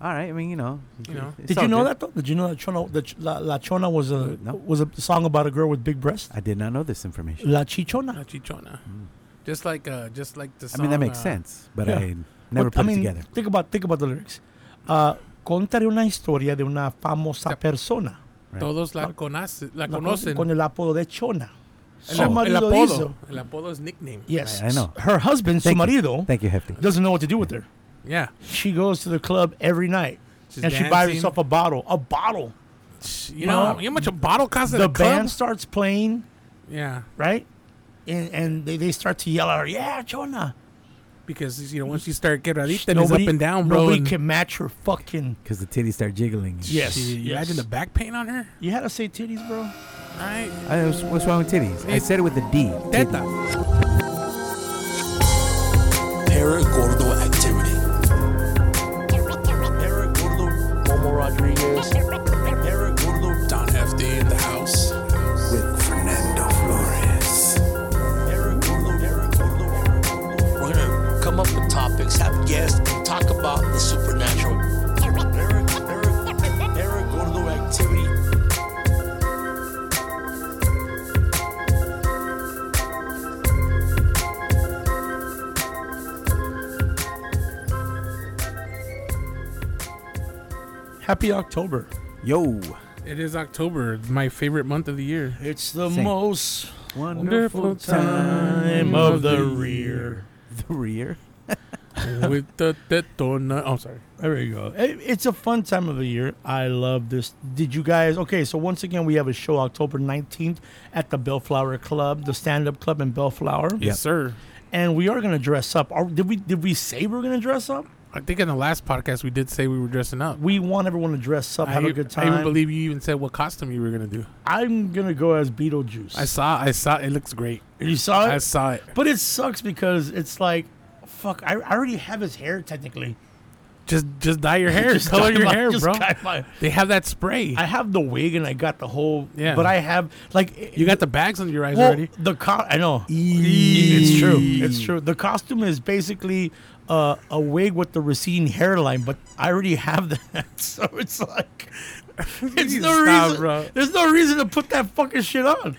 all right. I mean, you know, You know. it's Did all you know good. that though? Did you know that Chona, that La, La Chona was a No. was a song about a girl with big breasts? I did not know this information. La Chichona. La Chichona. Mm. Just like uh, just like the I song. mean, that makes uh, sense, but yeah. I never What- put I mean, it together. Think about think about the lyrics. Uh, contare una historia de una famosa Yep. persona Right. Todos la, conace, la la con- conocen. con el apodo de Chona. el, Su ap- el marido apodo. hizo- El apodo is nickname. Yes, I- I know. Her husband, Thank su you. marido, Thank you, Hefty. doesn't know what to do with her. Yeah. She goes to the club every night She's and she buys dancing. herself a bottle. A bottle. You know, Mom. you know how much a bottle costs at the a club? band starts playing, Yeah, right? And, and they, they start to yell at her, yeah, Chona. because you know once you start quebradita, it's up and down, bro. Nobody and can match her fucking. Because the titties start jiggling. Yes. she- you yes. imagine the back pain on her, You had to say titties, bro. right? I, what's, what's wrong with titties? I It's- said it with a D. titties. Teta. Paragordo activity. Paragordo. Momo Rodriguez. Paragordo. Don FD in the house. With Fernando Flores. Paragordo. Paragordo. We're gonna come up with topics, have guests, and talk about the supernatural. Parag- parag- Paragordo activity. Happy October. Yo. It is October, it's my favorite month of the year. It's the Sing. most Wonderful time time of of the the rear. The rear. With the tetona. Oh, sorry. There you go. It- It's a fun time of the year. I love this. Did you guys? Okay, so once again, we have a show October 19th at the Bellflower Club, the stand up club in Bellflower. Yes, sir. And we are going to dress up. Are, did we Did we say we are going to dress up? I think in the last podcast we did say we were dressing up. We want everyone to dress up, I, have a e- good I even time. believe you even said what costume you were gonna do. I'm going to go as Beetlejuice. I saw. I saw. It looks great. you saw I it? saw it. But it sucks because it's like, fuck, I, I already have his hair technically. Just, just dye your hair. Just color dye your my- hair, just bro. dye my- They have that spray. I have the wig and I got the whole. Yeah. But I have like it- you got the bags under your eyes well, already. the co- I know it's It's true. It's true. The costume is basically uh, a wig with the receding hairline, but I already have that, so it's like it's You no stop, reason. bro. There's no reason to put that fucking shit on.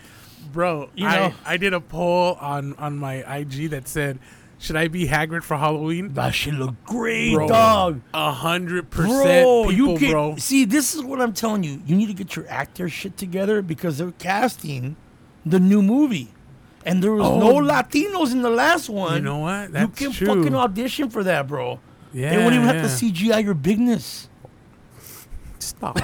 bro. You I, know. I did a poll on on my IG that said, should I be Hagrid for Halloween? That shit look great, Bro. dog. A hundred percent, Bro, people, you can bro. see. This is what I'm telling you. You need to get your actor shit together because they're casting the new movie, and there was no Oh. Latinos in the last one. You know what? You That's can true. fucking audition for that, bro. yeah, they wouldn't even have to yeah. CGI your bigness. Stop.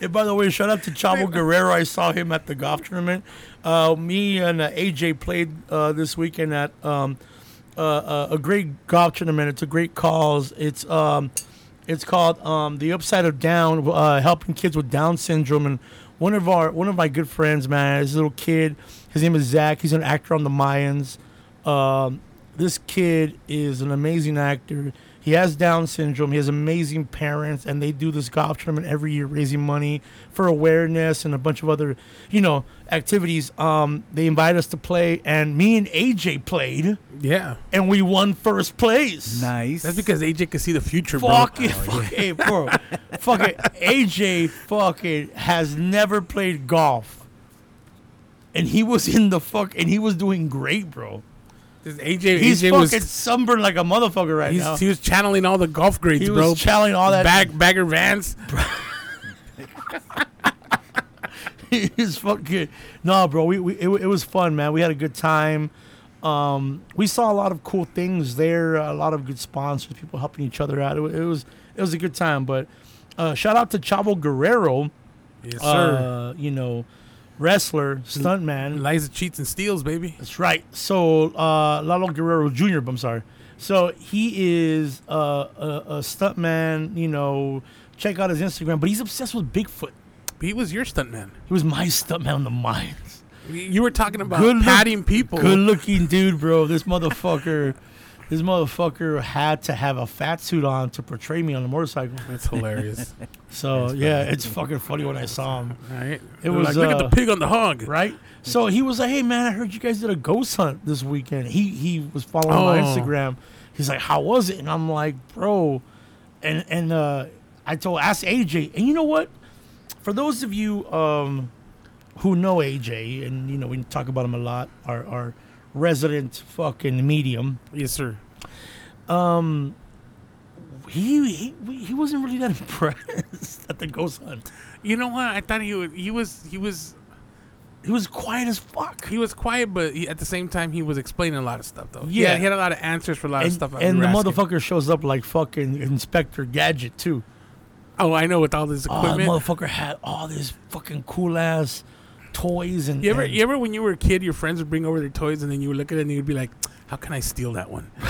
And by the way, shout out to Chavo Guerrero. I saw him at the golf tournament. Uh, me and uh, AJ played uh, this weekend at um, uh, uh, a great golf tournament. It's a great cause. It's um, it's called um, the Upside of Down, uh, helping kids with Down syndrome. And one of our one of my good friends, man, this little kid. His name is Zach. He's an actor on The Mayans. Um, this kid is an amazing actor. He has Down syndrome. He has amazing parents, and they do this golf tournament every year, raising money for awareness and a bunch of other, you know, activities. Um, they invite us to play, and me and AJ played, yeah, and we won first place. Nice. that's because AJ can see the future, Fuck bro. it, fuck it, bro. fuck it. AJ fucking has never played golf, and he was in the fuck, and he was doing great, bro. This AJ, He's AJ fucking was. sunburned like a motherfucker right now. He's, he was channeling all the golf grades, He was bro. channeling all that- Bag, bagger Vance. He's fucking no, bro. We, we it, wa- it was fun, man. We had a good time. Um, we saw a lot of cool things there. A lot of good sponsors, people helping each other out. It, wa- it was it was a good time. But uh, shout out to Chavo Guerrero, Yes, sir. uh, you know, wrestler, stuntman. Liza cheats and steals, baby. That's right. So uh, Lalo Guerrero Jr. I'm sorry. So he is uh, a, a stuntman. You know, check out his Instagram. But he's obsessed with Bigfoot. He was your stuntman. He was my stuntman on the mines. You were talking about Good look- patting people. Good looking dude, bro. This motherfucker, this motherfucker had to have a fat suit on to portray me on a motorcycle. That's hilarious. So yeah, it's fucking funny when I saw him, right? It It was, was like, look uh, at the pig on the hog. right? So he was like, "Hey man, I heard you guys did a ghost hunt this weekend." He he was following my Oh. Instagram. He's like, "How was it?" And I'm like, "Bro, and and uh, I told asked AJ, and you know what? For those of you um, who know AJ, and you know we talk about him a lot, our our resident fucking medium, Yes, sir. he he, he wasn't really that impressed at the ghost hunt. You know what? I thought he was he was he was He was quiet as fuck. he was quiet, but he, at the same time he was explaining a lot of stuff though. Yeah. Yeah, he had a lot of answers for a lot And, of stuff. that we and were the asking. motherfucker shows up like fucking Inspector Gadget too. Oh, I know with all this Oh, the equipment. motherfucker had all these fucking cool ass toys and you ever and- you ever when you were a kid, your friends would bring over their toys, and then you would look at it and you'd be like, "How can I steal that one?"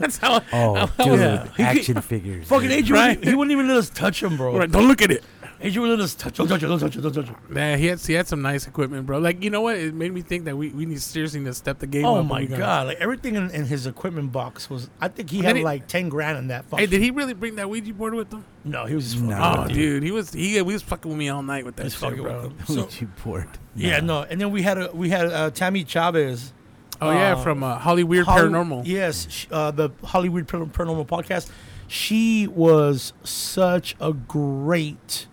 That's how. Oh, how I dude, was- yeah. He could- action figures. Fucking dude. AJ, Right. he wouldn't even let us touch him, bro. Right, don't look at it. AJ wouldn't let us touch him. Don't touch him. Don't touch him. Don't touch him. Man, he had he had some nice equipment, bro. Like you know what? It made me think that we, we need seriously need to step the game up. Oh when my we go- god! Like everything in, in his equipment box was. I think he Did had he- like ten grand in that. Hey, Fucking, did he really bring that Ouija board with him? no, he was. Just No. fucking Oh, with dude. him. he was he, he was fucking with me all night with that He's shit, fucking with bro. him. Who So- would you board? yeah, no. And then we had a we had uh, Tammy Chavez. Oh yeah, Uh, from uh, Holly Weird Holly- Paranormal. Yes, sh- uh, the Hollywood Par- Paranormal podcast. She was such a great.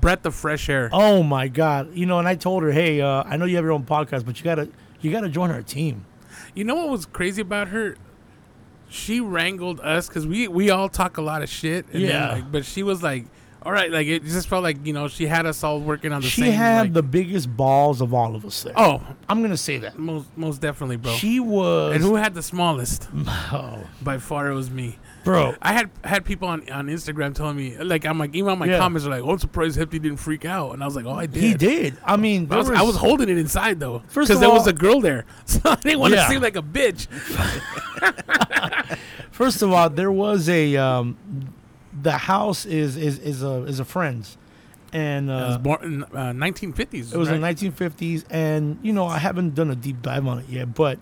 breath of fresh air. Oh my god! You know, and I told her, hey, uh, I know you have your own podcast, but you gotta you gotta join our team. You know what was crazy about her? She wrangled us because we we all talk a lot of shit. and then, Yeah. like, but she was like, all right, like it just felt like you know she had us all working on the she same. had like- the biggest balls of all of us there. oh, I'm gonna say that. most most definitely, bro. She was and who had the smallest? oh, By far, it was me. bro. I had had people on, on Instagram telling me like I'm like even on my Yeah. comments are like, "Oh, I'm surprised Hefty didn't freak out," and I was like, "Oh, I did." He did. I mean, I there was, I was holding it inside though, First because of there was all- a girl there, so I didn't want to Yeah. Uh, seem like a bitch. First of all, there was a um, the house is is is a is a friend's, and it was uh, born in uh, 1950s. it was right? the 1950s. And you know, I haven't done a deep dive on it yet, but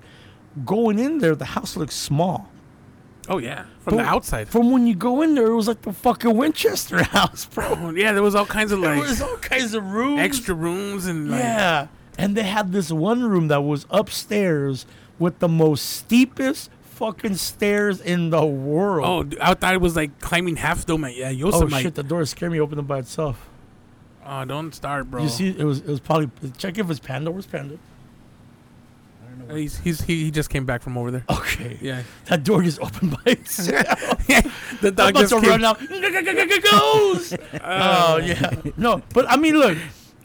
going in there, the house looks small. Oh yeah, from the But outside. From when you go in there, it was like the fucking Winchester house, bro. Oh, yeah, there was all kinds of There like was all kinds of rooms. extra rooms and like, Yeah. And they had this one room that was upstairs with the most steepest fucking stairs in the world. Oh, dude, I thought it was like climbing half dome at yeah, Oh, Yosemite. shit, the door scared me open it by itself. Oh, don't start, bro. You see it was it was probably check if it's panda, where's panda? Uh, he's, he's he, he just came back from over there. Okay. Yeah, That door just opened by itself. the I'm dog about just to came. run out. Ghost. Oh yeah. No, but I mean look,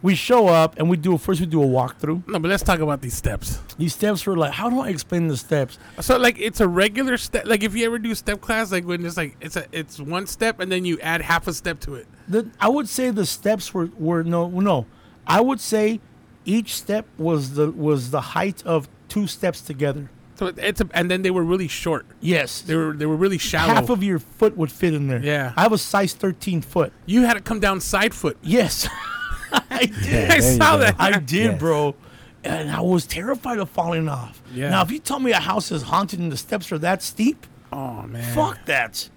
we show up and we do first we do a walkthrough. No, but let's talk about these steps. These steps were like, how do I explain the steps? So like it's a regular step. Like if you ever do step class, like when it's like it's a it's one step and then you add half a step to it. The, I would say the steps were, were no no. I would say each step was the was the height of two steps together. So it- it's a, and then they were really short. Yes. They were they were really shallow. Half of your foot would fit in there. Yeah. I have a size 13 foot. you had to come down side foot. Yes. I did. Yeah, I there you saw go. that. I did, Yes. bro. And I was terrified of falling off. Yeah. Now, if you tell me a house is haunted and the steps are that steep, Oh man. fuck that.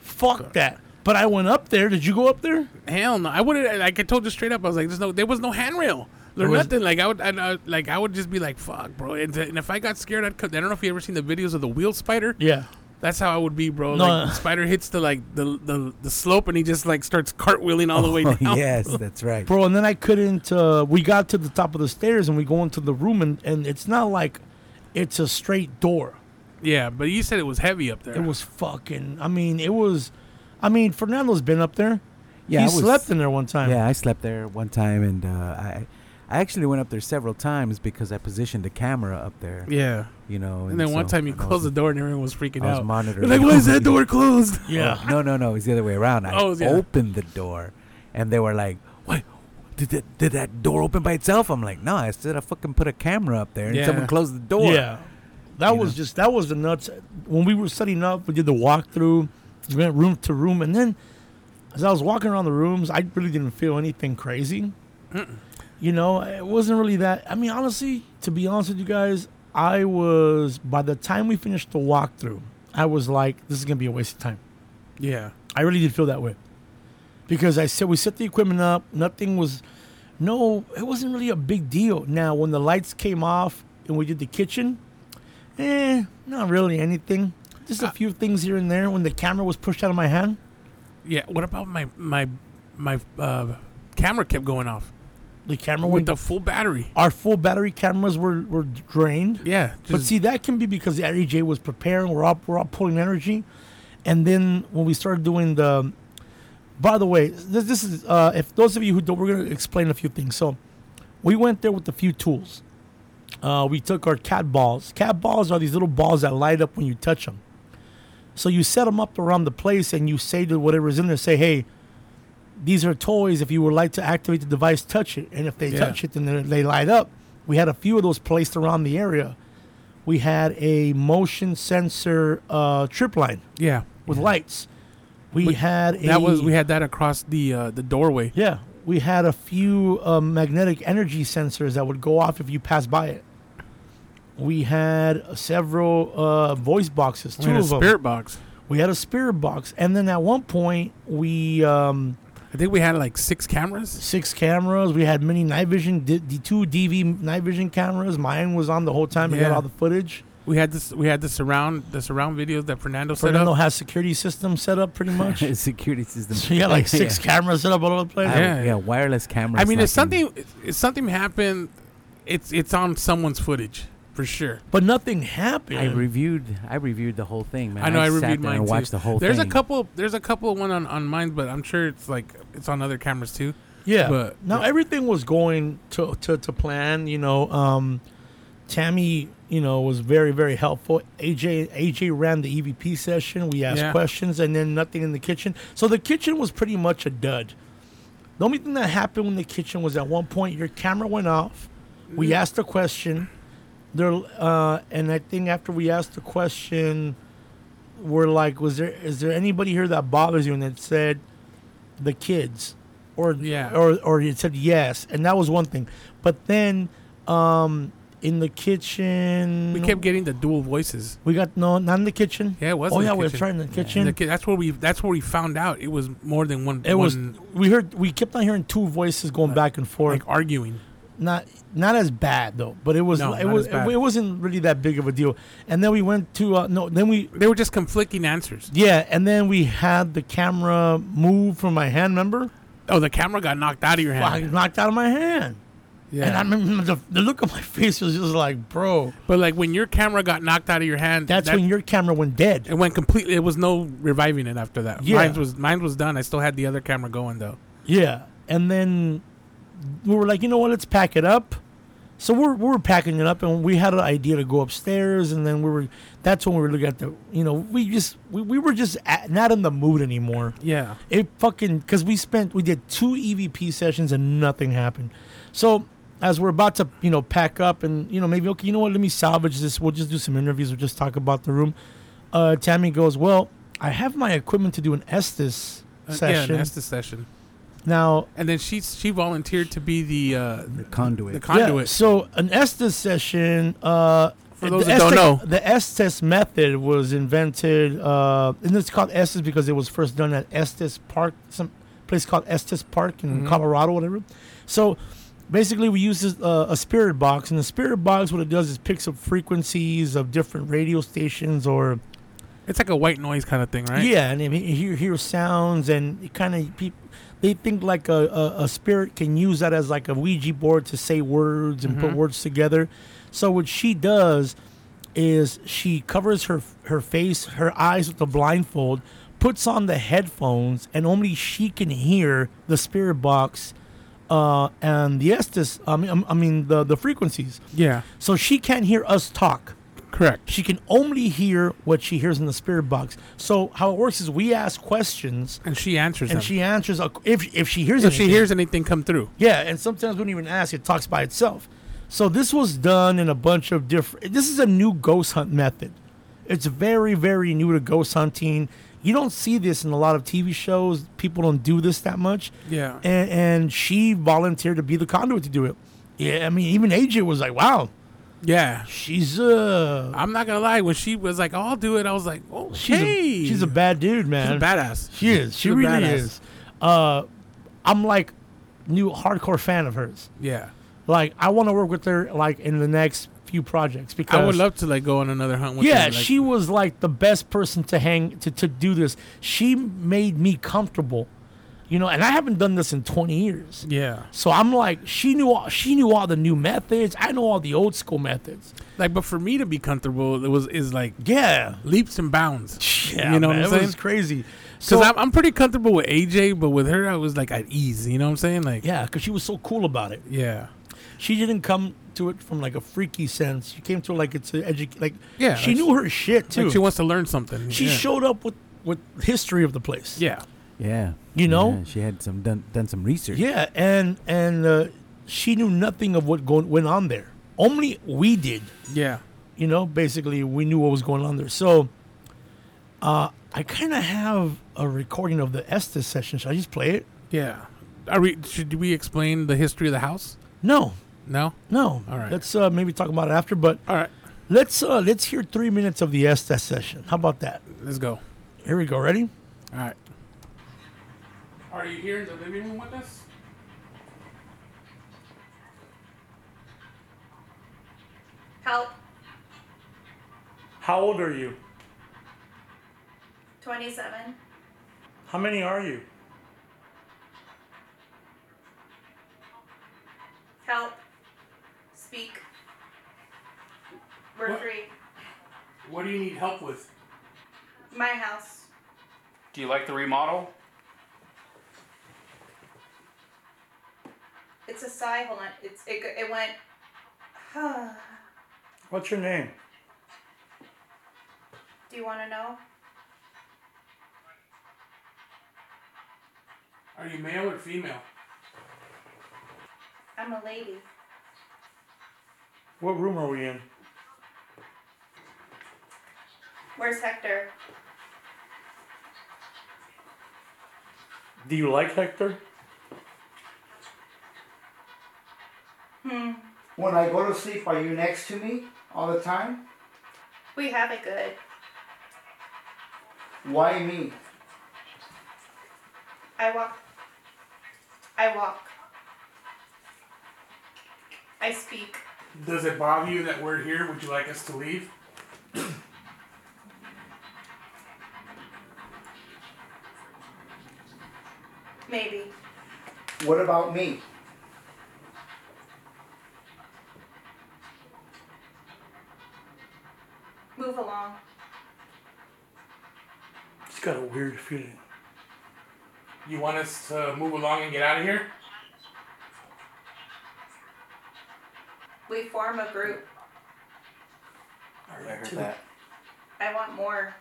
Fuck that. But I went up there. Did you go up there? Hell no! I wouldn't. Like I told you straight up, I was like, "There's no, there was no handrail or There was- nothing." Like I would, I'd, uh, like I would just be like, "Fuck, bro!" And, and if I got scared, I'd. Come, I don't know if you ever seen the videos of the wheel spider. Yeah. That's how I would be, bro. No. Like the spider hits the like the, the the slope, and he just like starts cartwheeling all the way Oh, down. yes, that's right. bro. And then I couldn't. Uh, we got to the top of the stairs and we go into the room, and, and it's not like it's a straight door. Yeah, but you said it was heavy up there. It was fucking. I mean, it was. I mean, Fernando's been up there. Yeah, he I was- slept in there one time. Yeah, I slept there one time, and uh, I, I actually went up there several times because I positioned the camera up there. Yeah, You know, and then one so time you I was- closed the door, and everyone was freaking I was out. monitoring. They're like, why is that door closed? yeah. No, no, no. It's the other way around. I Oh, yeah. opened the door, and they were like, "What? Did that, did that door open by itself?" I'm like, "No, I said I fucking put a camera up there, and Yeah. someone closed the door." Yeah. That You was know? just that was the nuts. When we were setting up, we did the walkthrough, we went room to room, and then as I was walking around the rooms, I really didn't feel anything crazy. You know, it wasn't really that. I mean, honestly, to be honest with you guys, I was by the time we finished the walkthrough, I was like, this is gonna be a waste of time. Yeah, I really did feel that way because I said we set the equipment up. Nothing was, no, it wasn't really a big deal. Now when the lights came off and we did the kitchen, Uh, eh, not really anything. Just a few things here and there. When the camera was pushed out of my hand, Yeah. What about my my my uh, camera kept going off The camera with went. the full battery? our full battery cameras were, were drained. Yeah. But just- see, that can be because the REJ was preparing. We're all, we're all pulling energy, and then when we started doing the. By the way, this, this is uh, if those of you who don't, we're gonna explain a few things. So, we went there with a few tools. Uh, we took our cat balls. Cat balls are these little balls that light up when you touch them. So you set them up around the place, and you say to whatever's in there, say, "Hey, these are toys. If you would like to activate the device, touch it. And if they Yeah. touch it, then they- they light up." We had a few of those placed around the area we had a motion sensor uh, trip line yeah. with lights. We, had a, That was we had that across the uh, the doorway. yeah we had a few uh, magnetic energy sensors that would go off if you passed by it. We had several uh, voice boxes, We two had a of spirit them. box. We had a spirit box, and then at one point we um, I think we had like six cameras. six cameras. We had many night vision, d- d- two DV night vision cameras. Mine was on the whole time. We got Yeah. all the footage. We had this we had the surround the surround videos that Fernando set Fernando up. has security system set up pretty much. Security system. So you got like six Yeah. cameras set up all over the place. I- Yeah. yeah. wireless cameras. I mean, that if can- something if something happened, it's it's on someone's footage for sure. But nothing happened. I reviewed. I reviewed the whole thing, man. I know I, sat reviewed there mine and too. watched the whole there's thing. a couple there's a couple of one on on mine, but I'm sure it's like it's on other cameras too. yeah. but- no, everything was going to, to, to plan, you know. Um, Tammy, you know, was very, very helpful. AJ AJ ran the EVP session. We asked Yeah. questions and then nothing in the kitchen. So the kitchen was pretty much a dud. The only thing that happened in the kitchen was at one point your camera went off. Mm-hmm. We asked a question. There uh, and I think after we asked the question, we're like, was there is there anybody here that bothers you? And it said the kids. Or Yeah. or or it said yes. And that was one thing. But then um in the kitchen We kept getting the dual voices. we got no not in the kitchen. Yeah, it was Oh in the yeah, we were kitchen. trying in the kitchen. The ki- that's where we that's where we found out it was more than one. it was one, we heard we kept on hearing two voices going back and forth. like arguing. not not as bad though, but it was No, it not was as bad. it wasn't really that big of a deal. And then we went to uh, no, then we They were just conflicting answers. yeah, and then we had the camera move from my hand. Remember, Oh, the camera got knocked out of your I hand. knocked out of my hand, yeah. and I remember the, the look on my face was just like, bro, But like when your camera got knocked out of your hand, that's that- when your camera went dead. it went completely. It was no reviving it after that. Yeah. Mine was mine was done. I still had the other camera going though. Yeah, and then we were like, you know what, let's pack it up. So we're, we were packing it up, and we had an idea to go upstairs, and then we were. That's when we were looking at the, you know, we just we, we were just at, not in the mood anymore. Yeah, It fucking because we spent we did two EVP sessions and nothing happened. So as we're about to you know pack up and you know maybe okay you know what let me salvage this we'll just do some interviews we'll just talk about the room. Uh, Tammy goes well I have my equipment to do Uh, an Estes Uh, yeah. session That's the session. now. And then she she volunteered to be the uh, The conduit. the Yeah, conduit. so an Estes session. Uh, For those the that don't know. the Estes method was invented, uh, and it's called Estes because it was first done at Estes Park, some place called Estes Park in Mm-hmm. Colorado, whatever. So basically, we use this, uh, a spirit box, and the spirit box, what it does is picks up frequencies of different radio stations or it's like a white noise kind of thing, right? yeah, and it hear hear sounds, and it kind of people they think like a, a a spirit can use that as like a Ouija board to say words and put words together. So what she does is she covers her her face, her eyes with a blindfold, puts on the headphones, and only she can hear the spirit box. Uh, and the Estes, I mean, I mean the, the frequencies. Yeah. So she can't hear us talk Correct. she can only hear what she hears in the spirit box. So how it works is we ask questions And she answers. and them. she answers ac- if if she hears if she anything. hears anything come through. yeah, and sometimes we don't even ask; it talks by itself. So this was done in a bunch of different. This is a new ghost hunt method. It's very very new to ghost hunting. You don't see this in a lot of TV shows. People don't do this that much. Yeah. And, and she volunteered to be the conduit to do it. Yeah, I mean, even AJ was like, "Wow, Yeah. she's uh, I'm not gonna lie. When she was like, "Oh, I'll do it," I was like, "Oh, she's hey, a, she's a bad dude, man. She's a badass." She is. She She's a really badass. is. Uh, I'm like new hardcore fan of hers. Yeah. Like I want to work with her like in the next few projects because I would love to like go on another hunt with her, yeah, like, she was like the best person to hang to, to do this. She made me comfortable, you know, and I haven't done this in 20 years. Yeah. So I'm like, she knew all, she knew all the new methods. I know all the old school methods. Like but for me to be comfortable it was is like Yeah, leaps and bounds. yeah, you know what man, I'm it saying? was crazy. Because So I'm, I'm pretty comfortable with AJ, but with her I was like at ease. You know what I'm saying? Like yeah, because she was so cool about it. yeah. She didn't come to it from like a freaky sense. She came to it like it's a edu- like Yeah, She like knew her shit too. Like she wants to learn something. she yeah. showed up with with history of the place. Yeah. Yeah. You know? Yeah, she had some done done some research. Yeah, and and uh, she knew nothing of what go- went on there. Only we did. Yeah. You know, basically, we knew what was going on there. So, uh, I kind of have a recording of the Estes session. Should I just play it? Yeah. Are we should we explain the history of the house? No, No? no. All right. Let's uh, maybe talk about it after. But All right. let's uh, let's hear three minutes of the Estes session. How about that? Let's go. Here we go. Ready? All right. Are you here in the living room with us? Help. How old are you? 27. How many are you? Help. Speak. We're free. What do you need help with? My house. Do you like the remodel? It's a sigh. Hold on. It's it. go- It went. What's your name? Do you want to know? Are you male or female? I'm a lady. What room are we in? Where's Hector? Do you like Hector? When I go to sleep, are you next to me all the time? We have it good. Why me? I walk. I walk. I speak. Does it bother you that we're here? Would you like us to leave? Maybe. What about me? Move along. He's got a weird feeling. You want us to move along and get out of here? We form a group. I heard that. I want more.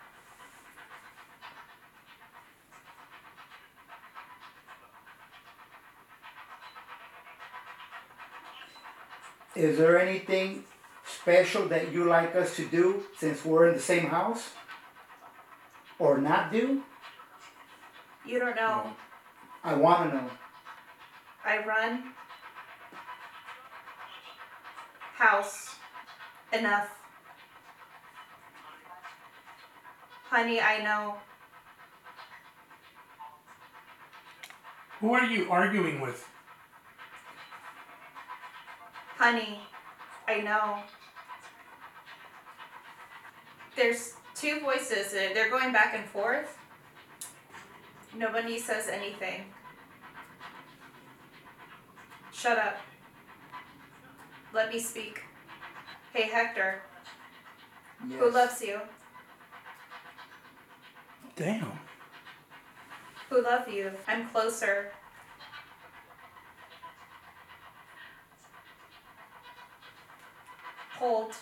Is there anything special that you like us to do since we're in the same house? Or not do? You don't know. I want to know. I run. House. Enough. Honey, I know. Who are you arguing with? Honey, I know. There's two voices and they're going back and forth. Nobody says anything. Shut up. Let me speak. Hey, Hector, who Yes. loves you? Damn. who love you. I'm closer. Hold.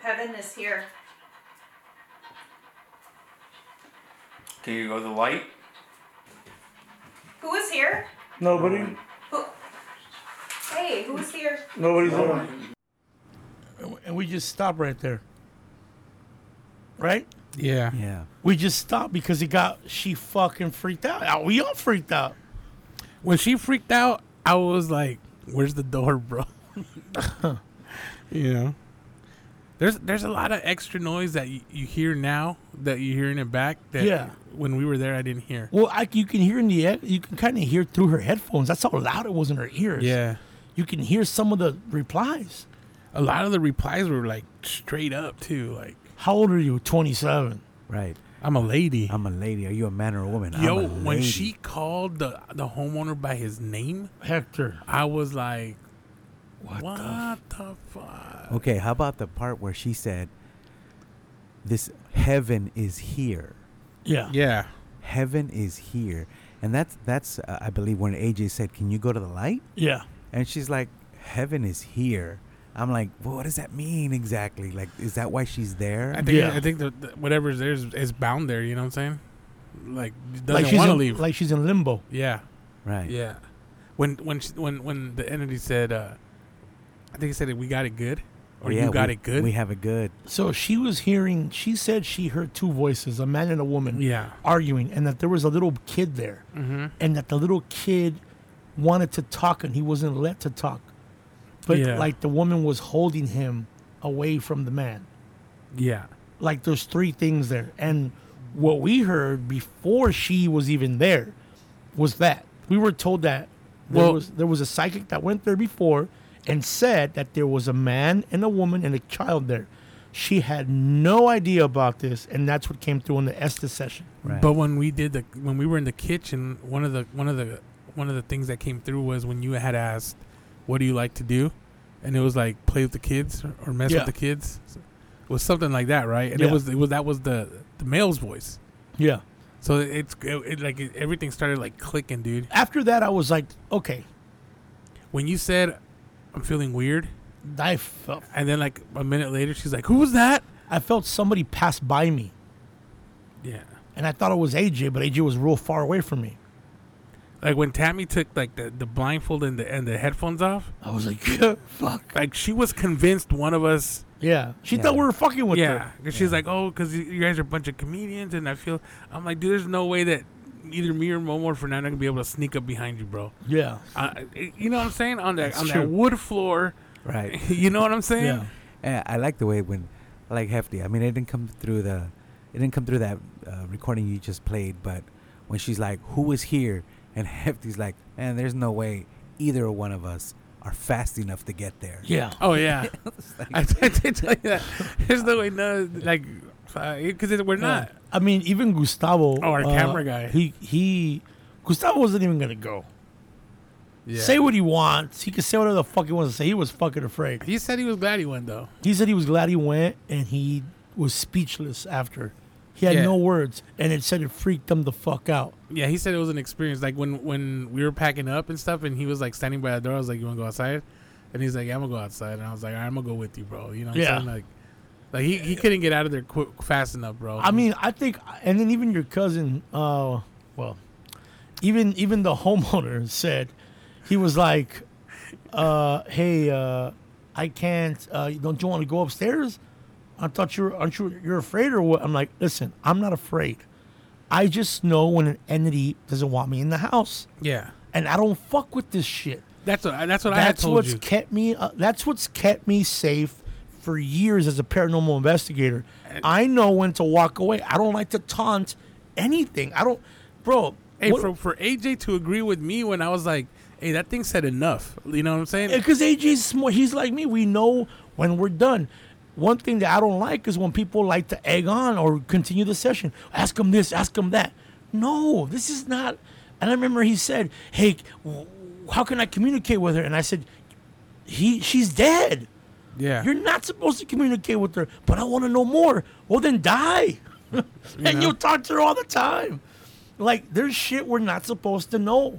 Heaven is here. Can you go to the light? Who is here? Nobody? Who? Hey, who's here? Nobody's No on. one. And we- And we just stopped right there. Right? Yeah. Yeah. We just stopped because he got she fucking freaked out. Uh, We all freaked out. When she freaked out, I was like, "Where's the door, bro?" you know. There's there's a lot of extra noise that you, you hear now that you're hearing it back that Yeah. when we were there I didn't hear. Well, I, you can hear in the ed- you can kind of hear through her headphones. That's how loud it was in her ears. you can hear some of the replies. A lot of the replies were like straight up too. Like How old are you? 27. Right. I'm a lady. I'm a lady. Are you a man or a woman? I'm Yo, a when lady. she called the the homeowner by his name, Hector. I was like, What, "What the? F- the fuck?" Okay, how about the part where she said, "This heaven is here. yeah. Yeah, Heaven is here." And that's that's uh, I believe when AJ said, "Can you go to the light?" Yeah. And she's like, "Heaven is here." I'm like, well, "What does that mean exactly? Like, is that why she's there?" I think Yeah. I think the, the, whatever's there is, is bound there. You know what I'm saying? Like Like doesn't she's, want to in, leave. like she's in limbo. yeah, right. yeah. When when she, when when the entity said, uh, I think it said that we got it good, or Yeah, you got we- it good. We have it good. So she was hearing, she said she heard two voices, a man and a woman, yeah, arguing, and that there was a little kid there, mm-hmm. and that the little kid wanted to talk and he wasn't let to talk. But Yeah. like the woman was holding him away from the man. yeah, Like there's three things there. And what we heard before she was even there was that we were told that there Well- was there was a psychic that went there before and said that there was a man and a woman and a child there. She had no idea about this, and that's what came through in the Estes session. Right. But when we did the when we were in the kitchen, one of the one of the one of the things that came through was when you had asked, "What do you like to do?" and it was like play with the kids or, or mess Yeah. with the kids. It was something like that, right? And Yeah. it was it was that was the the male's voice. Yeah. So it's it, it like it, everything started like clicking, dude. After that, I was like, okay, When you said, "I'm feeling weird," I felt and then like a minute later, she's like, "Who was that?" I felt somebody pass by me, Yeah. and I thought it was AJ, but AJ was real far away from me. Like when Tammy took like the, the blindfold and the and the headphones off, I was like, fuck. like she was convinced one of us Yeah, she thought we were fucking with yeah, her. 'cause she's like, oh, because you guys are a bunch of comedians, and I feel I'm like, dude, there's no way that either me or Momo or Fernando can be able to sneak up behind you, bro. Yeah, I I- you know what I'm saying on that That's on true. that wood floor. Right. you know what I'm saying? yeah. Yeah, Eh, I like the way when, I like hefty. I mean, it didn't come through the, it didn't come through that uh, recording you just played. But when she's like, "Who is here?" and hefty's like, "Man, there's no way either one of us are fast enough to get there." Yeah. Oh yeah. I, I did tell you that. There's no way, no, like, because we're not. I mean, even Gustavo. uh, Oh, our camera guy. He he. Gustavo wasn't even gonna go. Yeah. Say what he wants. He could say whatever the fuck he wants to say. He was fucking afraid. He said he was glad he went though. He said he was glad he went, and he was speechless after. He had Yeah. no words, and it said it freaked him the fuck out. Yeah, he said it was an experience. Like when when we were packing up and stuff, and he was like standing by the door. I was like, "You want to go outside?" And he's like, "Yeah, "I'm gonna go outside." And I was like, "All right, "I'm gonna go with you, bro." You know, what Yeah. I'm saying? like, like he, he couldn't get out of there quick, fast enough, bro. I mean, I think, and then even your cousin, uh, well, even even the homeowner said he was like, uh, "Hey, uh, I can't. Uh, don't you want to go upstairs? I thought you were, aren't you you're afraid or what?" I'm like, "Listen, I'm not afraid. I just know when an entity doesn't want me in the house, yeah, and I don't fuck with this shit. that's what that's what I had That's told what's you. kept me. Uh, that's what's kept me safe." For years as a paranormal investigator, I know when to walk away. I don't like to taunt anything. I don't, bro. hey, what- for for AJ to agree with me when I was like, "Hey, that thing said enough." You know what I'm saying? because AJ's smart. He's like me. We know when we're done. One thing that I don't like is when people like to egg on or continue the session. Ask them this, ask them that. No, this is not. And I remember he said, "Hey, w- how can I communicate with her?" And I said, "He, she's dead. yeah, You're not supposed to communicate with her. But I want to know more. Well, then die, and know? you'll talk to her all the time. Like there's shit we're not supposed to know.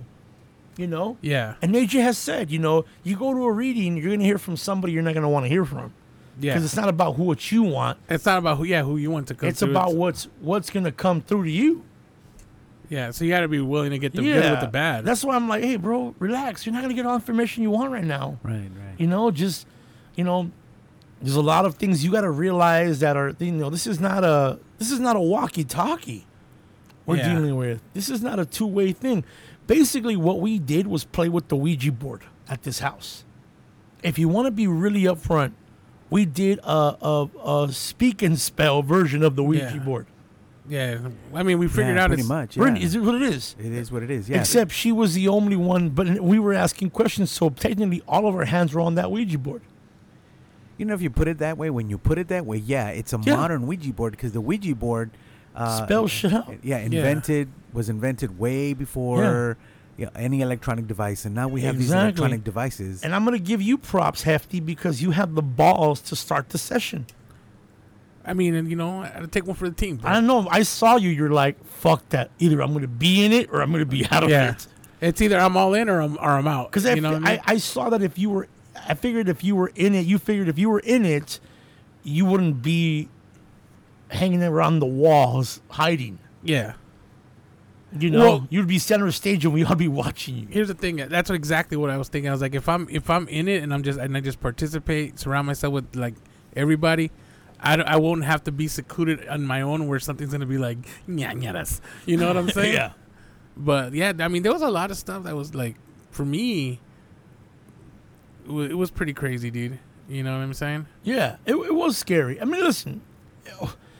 You know? yeah, And AJ has said, you know, you go to a reading, you're going to hear from somebody you're not going to want to hear from. yeah. Because it's not about who what you want. It's not about who yeah who you want to come. it's through. about what's what's going to come through to you. yeah. So you got to be willing to get the yeah. good with the bad. That's why I'm like, hey, bro, relax. You're not going to get all the information you want right now. Right. Right. You know, just, you know, there's a lot of things you got to realize that are, you know, this is not a, this is not a walkie-talkie we're Yeah. dealing with. This is not a two-way thing. Basically, what we did was play with the Ouija board at this house. If you want to be really upfront, we did a, a, a speak and spell version of the Ouija Yeah. board. Yeah, I mean, we figured Yeah, out pretty it's, much. Really, yeah. Is it what it is? It is what it is. Yeah. Except she was the only one, but we were asking questions, so technically all of our hands were on that Ouija board. you know, if you put it that way, when you put it that way, yeah, it's a Yeah. modern Ouija board because the Ouija board uh, Spell shit out. Yeah, invented was invented way before yeah. any electronic device, and now we have these Exactly. electronic devices. And I'm going to give you props, Hefty, because you had the balls to start the session. I mean, and you know, I would take one for the team. Bro. I don't know. I saw you. You're like, fuck that. Either I'm going to be in it or I'm going to be out of yeah, it. it's either I'm all in or I'm or I'm out. Because I, you know, what I, I, mean? I saw that if you were, I figured if you were in it, you figured if you were in it, you wouldn't be hanging around the walls hiding. yeah. You know, Well- you'd be center stage and we'd all be watching you. Here's the thing. That's exactly what I was thinking. I was like, if I'm if I'm in it and I'm just and I just participate, surround myself with like everybody. I, don't- I won't have to be secluded on my own where something's gonna be like yeah you know what I'm saying but yeah I mean there was a lot of stuff that was like for me it wa- it was pretty crazy dude you know what I'm saying Yeah. It, it was scary. I mean, listen,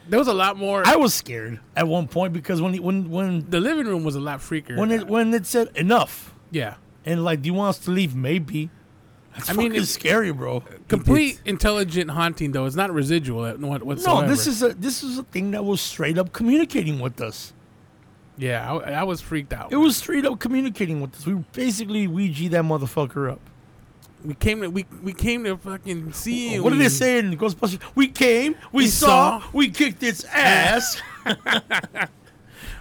there was a lot more I was scared at one point because when, he- when, when, the living room was a lot freakier when it, when it said enough yeah and like, do you want us to leave? Maybe. That's I I mean, mean, it- it's scary, bro. complete intelligent haunting though it's not residual at- what- whatsoever No, this is a this is a thing that was straight up communicating with us. yeah I, I was freaked out It was straight up communicating with us. We basically Ouija that motherfucker up. we came to we, we came to fucking see What did we- they say in Ghostbusters? We came, we, We saw, saw. we kicked its ass. well,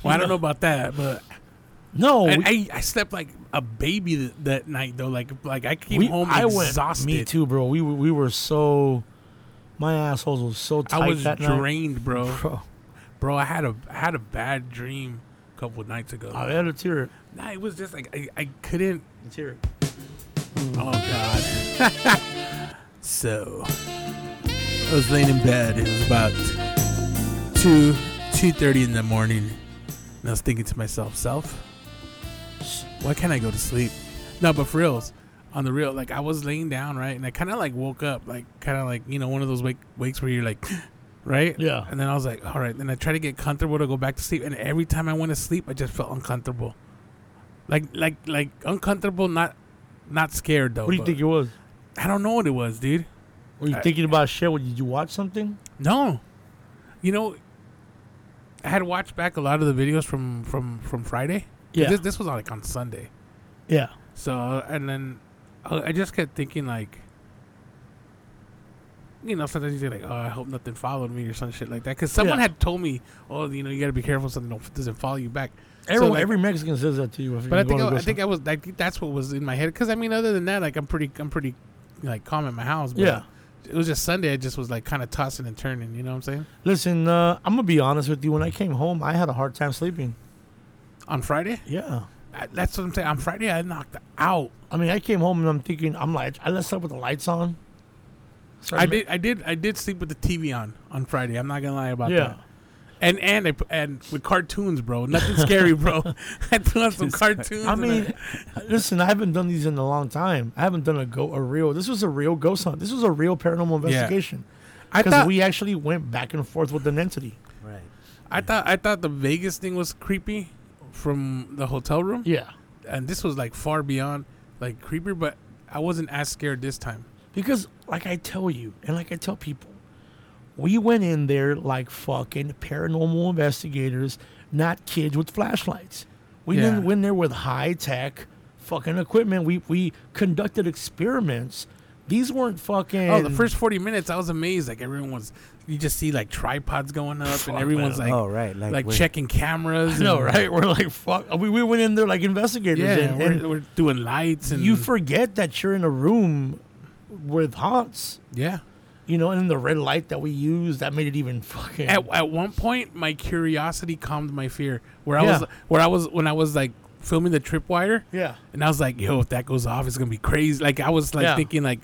I don't know about that but no, and Oh, we- I, I slept like a baby th- that night though like like I came we- home I went. exhausted Me too, bro. We were, we were so my assholes was so tight I was that night. drained bro Bro, bro I had a I had a bad dream a couple of nights ago I had a tear. nah, it was just like I, I couldn't Tear. Oh God. so I was laying in bed. It was about two two thirty in the morning, and I was thinking to myself, "Self, why can't I go to sleep?" No, but for reals, on the real, like I was laying down right, and I kind of like woke up, like kind of like you know one of those wake wakes where you're like. Right? Yeah. And then I was like, all right. Then I try to get comfortable to go back to sleep. And every time I went to sleep, I just felt uncomfortable. Like, like, like uncomfortable, not, not scared though. What do you but- think it was? I don't know what it was, dude. Were you I- thinking about shit? What, Did you watch something? No, you know, I had watched back a lot of the videos from from from Friday. 'Cause Yeah. this, this was like on Sunday. Yeah. So and then uh, I I just kept thinking like, you know, sometimes you're like, oh, I hope nothing followed me or some shit like that. Because someone Yeah. had told me, oh, you know, you got to be careful, something don't- doesn't follow you back. So, Everyone, like- every Mexican says that to you. If But I you're think going I, to I go think I was I think that's what was in my head because I mean other than that like I'm pretty I'm pretty like calm at my house but Yeah. it was just Sunday I just was like kind of tossing and turning you know what I'm saying Listen, uh, I'm gonna be honest with you. When I came home, I had a hard time sleeping. on Friday Yeah, I, that's what I'm saying on Friday I knocked out I mean, I came home and I'm thinking, I'm like, I left up with the lights on. So I did I did I did sleep with the TV on on Friday I'm not gonna lie about Yeah, that and and I, p- and with cartoons bro nothing scary bro I threw on some cartoons I and mean, listen, I haven't done these in a long time. I haven't done a go a real. This was a real ghost hunt. This was a real paranormal investigation. I Because thought we actually went back and forth with an entity. right. I thought I thought the Vegas thing was creepy from the hotel room Yeah, and this was like far beyond like creeper, but I wasn't as scared this time. because like I tell you, and like I tell people, we went in there like fucking paranormal investigators, not kids with flashlights. We Yeah. didn't went there with high tech fucking equipment. We we conducted experiments. These weren't fucking. Oh, the first forty minutes, I was amazed. Like everyone was, you just see like tripods going up, and everyone's man. like, oh, right. Like, like, we're- checking cameras. No, and- right? We're like fuck. We, we went in there like investigators. Yeah, and, we're, and we're doing lights and you forget that you're in a room with haunts. yeah. You know, and the red light that we used that made it even fucking. At, at one point, my curiosity calmed my fear. Where I Yeah. was, where I was when I was like filming the tripwire, yeah. and I was like, yo, if that goes off, it's gonna be crazy. Like I was like Yeah. thinking like,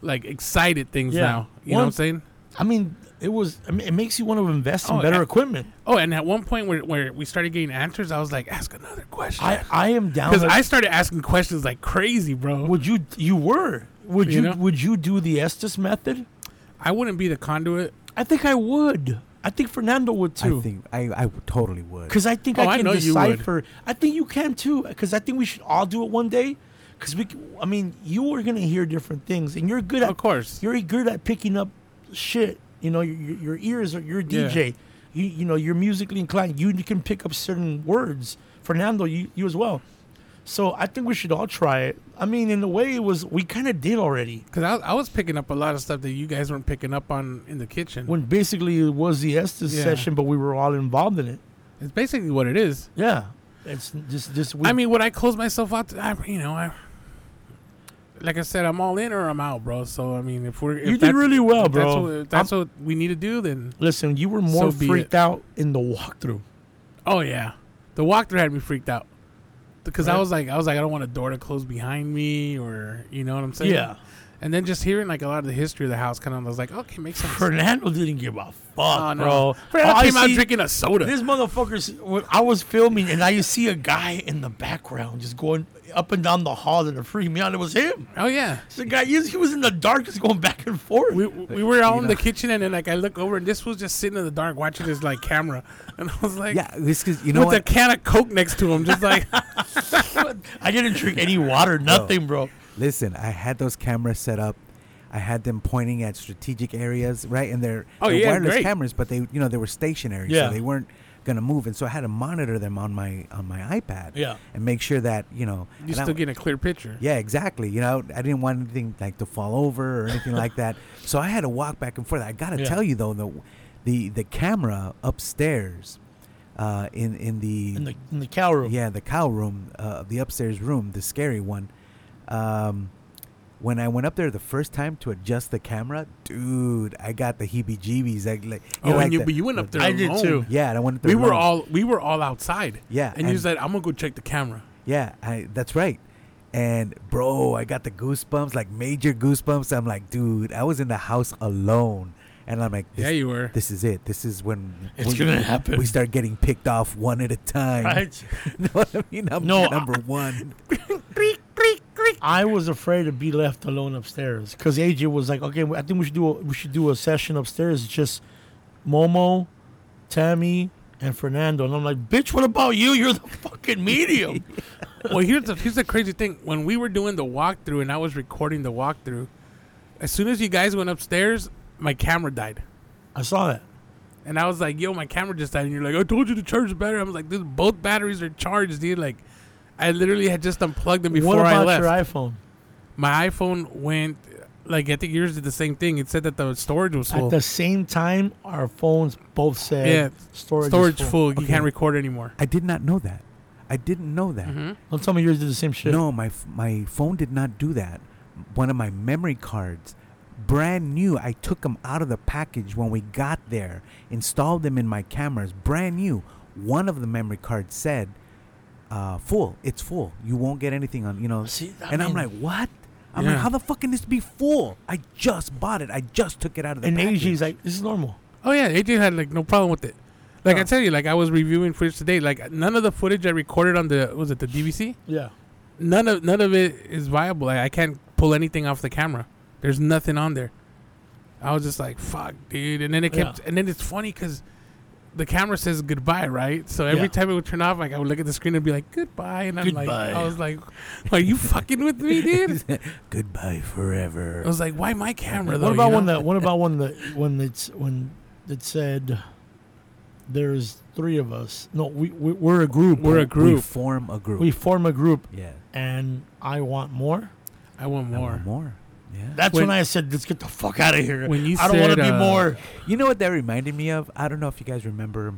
like excited things Yeah. now. You know what I'm Once- saying? I mean, it was. I mean, it makes you want to invest in Oh, better I- equipment. Oh, and at one point where, where we started getting answers, I was like, ask another question. I, I am down. Because with- I started asking questions like crazy, bro. would you you were would You you, know? would you do the Estes method? I wouldn't be the conduit. I think I would. I think Fernando would too. I think I, I would- totally would. Because I think Oh, I I can know you would. decipher. I think you can too. Because I think we should all do it one day. Because we, c- I mean, you are gonna hear different things, and you're good at. Of course. you're e-, good at picking up shit. You know, your, your- your ears are. You're a DJ. You you know, you're musically inclined. You can pick up certain words. Fernando, you you as well. So I think we should all try it. I mean, in a way, it was we kind of did already. Because I, I was picking up a lot of stuff that you guys weren't picking up on in the kitchen. When basically it was the Estes Yeah. session, but we were all involved in it. It's basically what it is. Yeah, it's just just. We, I mean, would I close myself out? To, I, you know, I like I said, I'm all in or I'm out, bro. So I mean, if we're if You did that's- really well, if That's bro. what, if that's what we need to do. Then Listen, you were more So be freaked out in the walkthrough. oh yeah, the walkthrough had me freaked out because I Right. was like, I was like, I don't want a door to close behind me or you know what I'm saying. Yeah. And then just hearing like a lot of the history of the house, kind of was like, okay, makes sense. Fernando didn't give a fuck, Oh, no. bro. Fernando All I came out see- drinking a soda. This motherfucker's. when I was filming, and I see a guy in the background just going up and down the hall, and it freaked me out. It was him. oh yeah. It's The guy, he was- he was in the dark, just going back and forth. We, we were all in the kitchen and then like I look over and this was just sitting in the dark watching this like camera and I was like yeah, this cause you know with what? a can of Coke next to him just like I didn't drink any water, nothing, bro. Listen, I had those cameras set up. I had them pointing at strategic areas, right? And they're, Oh, they're yeah, wireless great. cameras, but they, you know, they were stationary, Yeah. so they weren't gonna move. And so I had to monitor them on my on my iPad, Yeah. and make sure that you know. you and I- still get a clear picture. yeah, exactly. You know, I didn't want anything like to fall over or anything like that. So I had to walk back and forth. I gotta Yeah. tell you though, the the the camera upstairs, uh, in in the In the in the cow room. yeah, the cow room, uh, the upstairs room, the scary one. Um, when I went up there the first time to adjust the camera, dude, I got the heebie-jeebies. I, like, Oh, and like you the- but you went up there. I did alone. too. Yeah, and I went up there. We were alone. all we were all outside. Yeah, and, you and- said I'm gonna go check the camera. Yeah, I, that's right. And bro, I got the goosebumps, like major goosebumps. I'm like, dude, I was in the house alone, and I'm like, this, yeah, you were. this is it. This is when It's when gonna happen. We start getting picked off one at a time. Right? know what I mean? I'm No, number one. I was afraid to be left alone upstairs because AJ was like, "Okay, I think we should do a, we should do a session upstairs, just Momo, Tammy, and Fernando." And I'm like, "Bitch, what about you? You're the fucking medium." well, here's the here's the crazy thing. When we were doing the walkthrough and I was recording the walkthrough, as soon as you guys went upstairs, my camera died. I saw that. And I was like, yo, my camera just died. And you're like, I told you to charge the battery. I was like, dude, both batteries are charged, dude. Like, I literally had just unplugged them before what about I left. your iPhone? my iPhone went, like, I think yours did the same thing. It said that the storage was full. At the same time, our phones both said, Yeah, storage, is storage full. You Okay. can't record anymore. I did not know that. I didn't know that. Don't tell me yours did the same shit. No, my f- my phone did not do that. One of my memory cards, brand new. I took them out of the package when we got there, installed them in my cameras, brand new. One of the memory cards said, uh, "Full. It's full. You won't get anything on." You know. See, I and I'm mean- like, "What?" I'm Yeah. like, "How the fuck can this be full? I just bought it. I just took it out of the And package." AJ's like, "This is normal." Oh yeah, AJ had like no problem with it. Like I Oh. tell you, like I was reviewing footage today. Like none of the footage I recorded on the was it the DVC? Yeah. None of none of it is viable. I, I can't pull anything off the camera. There's nothing on there. I was just like, fuck, dude. And then it kept. Yeah. And then it's funny because the camera says goodbye, right? So every Yeah. time it would turn off, like I would look at the screen and be like, goodbye. And I'm Goodbye. like, I was like, are you fucking with me, dude? "Goodbye forever." I was like, why my camera? though, What about you when know? the what about when the when it's when it said there's three of us? No, we, we we're a group. We're a We group. form a group. We form a group, yeah. and I want more. I want I want more. More. Yeah. That's when, When- I said, "Let's get the fuck out of here." When you I don't want to said, be uh, more. You know what that reminded me of? I don't know if you guys remember.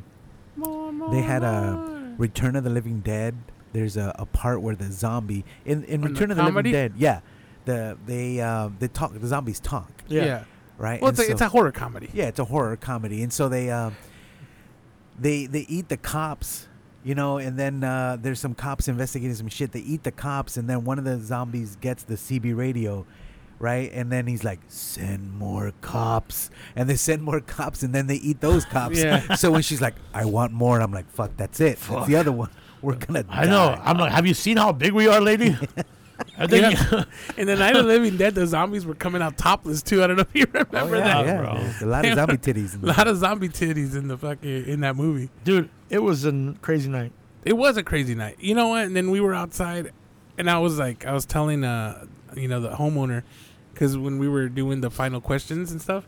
They had a Return of the Living Dead. There's a, a part where the zombie in, in On the Return of the comedy? Living Dead. Yeah, the they um, they talk. The zombies talk, Yeah. right? Well, And it's a, it's so- a horror comedy. yeah, it's a horror comedy, and so they um, they they eat the cops, you know, and then uh, there's some cops investigating some shit. They eat the cops, and then one of the zombies gets the CB radio, right? And then he's like, "Send more cops," and they send more cops, and then they eat those cops. Yeah. so when she's like, "I want more," I'm like, "Fuck, that's it. That's the other one. We're gonna." I know. die." I'm like, have you seen how big we are, lady? I think In the Night of the Living Dead, the zombies were coming out topless too. I don't know if you remember that. Oh, yeah, bro. there's a lot of zombie titties. In A there. lot of zombie titties in the fucking in that movie. dude, it was a n- crazy night. It was a crazy night. You know what? And then we were outside, and I was like, I was telling uh, you know, the homeowner, because when we were doing the final questions and stuff,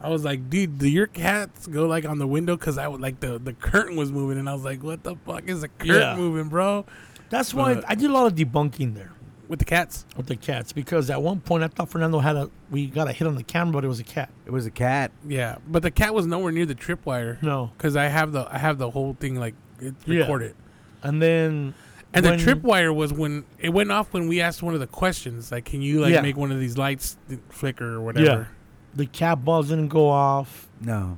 I was like, dude, do your cats go like on the window? Because I would like the the curtain was moving, and I was like, what the fuck is a curtain Yeah. moving, bro? That's why But- uh, I did a lot of debunking there With the cats. with the cats because at one point I thought Fernando had a we got a hit on the camera, but it was a cat. It was a cat. Yeah, but the cat was nowhere near the tripwire. No, because I have the I have the whole thing like it Yeah. recorded. and then And when- the tripwire was when it went off when we asked one of the questions, like, can you like Yeah. make one of these lights th- flicker or whatever? the cat balls didn't go off. No,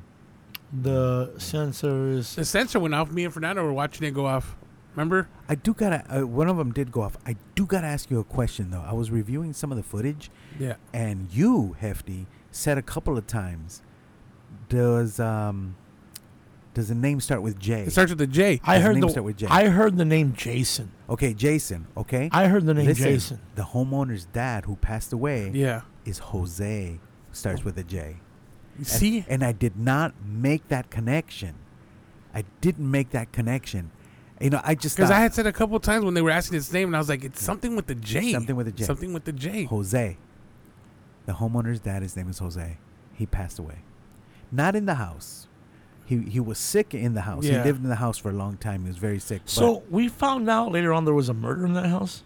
The sensors. The sensor went off. Me and Fernando were watching it go off. Remember? I do gotta. Uh, one of them did go off. I do gotta ask you a question though. I was reviewing some of the footage, Yeah. and you, Hefty, said a couple of times, "Does um, does the name start with J?" It starts with a J. I His heard name the start with J. I heard the name Jason. Okay, Jason. Okay, I heard the name Listen, Jason. The homeowner's dad who passed away Yeah. is Jose. Starts with a J. You And- see? And I did not make that connection. I didn't make that connection. You know, I just Because I thought had said a couple times when they were asking its name, and I was like, it's something with the J. Something with a J. Something with the J. Jose. The homeowner's dad, his name is Jose. He passed away. Not in the house. He he was sick in the house. Yeah. He lived in the house for a long time. He was very sick. but- So we found out later on there was a murder in that house,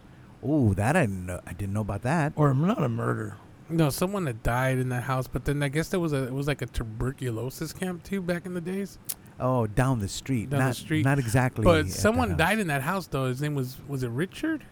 ooh, that I didn't know. I didn't know about that. or not a murder. No, someone had died in that house, but then I guess there was a it was like a tuberculosis camp too back in the days. Oh, down the street. Down the not, street. Not exactly. at But the someone house. died in that house though. His name was was it Richard?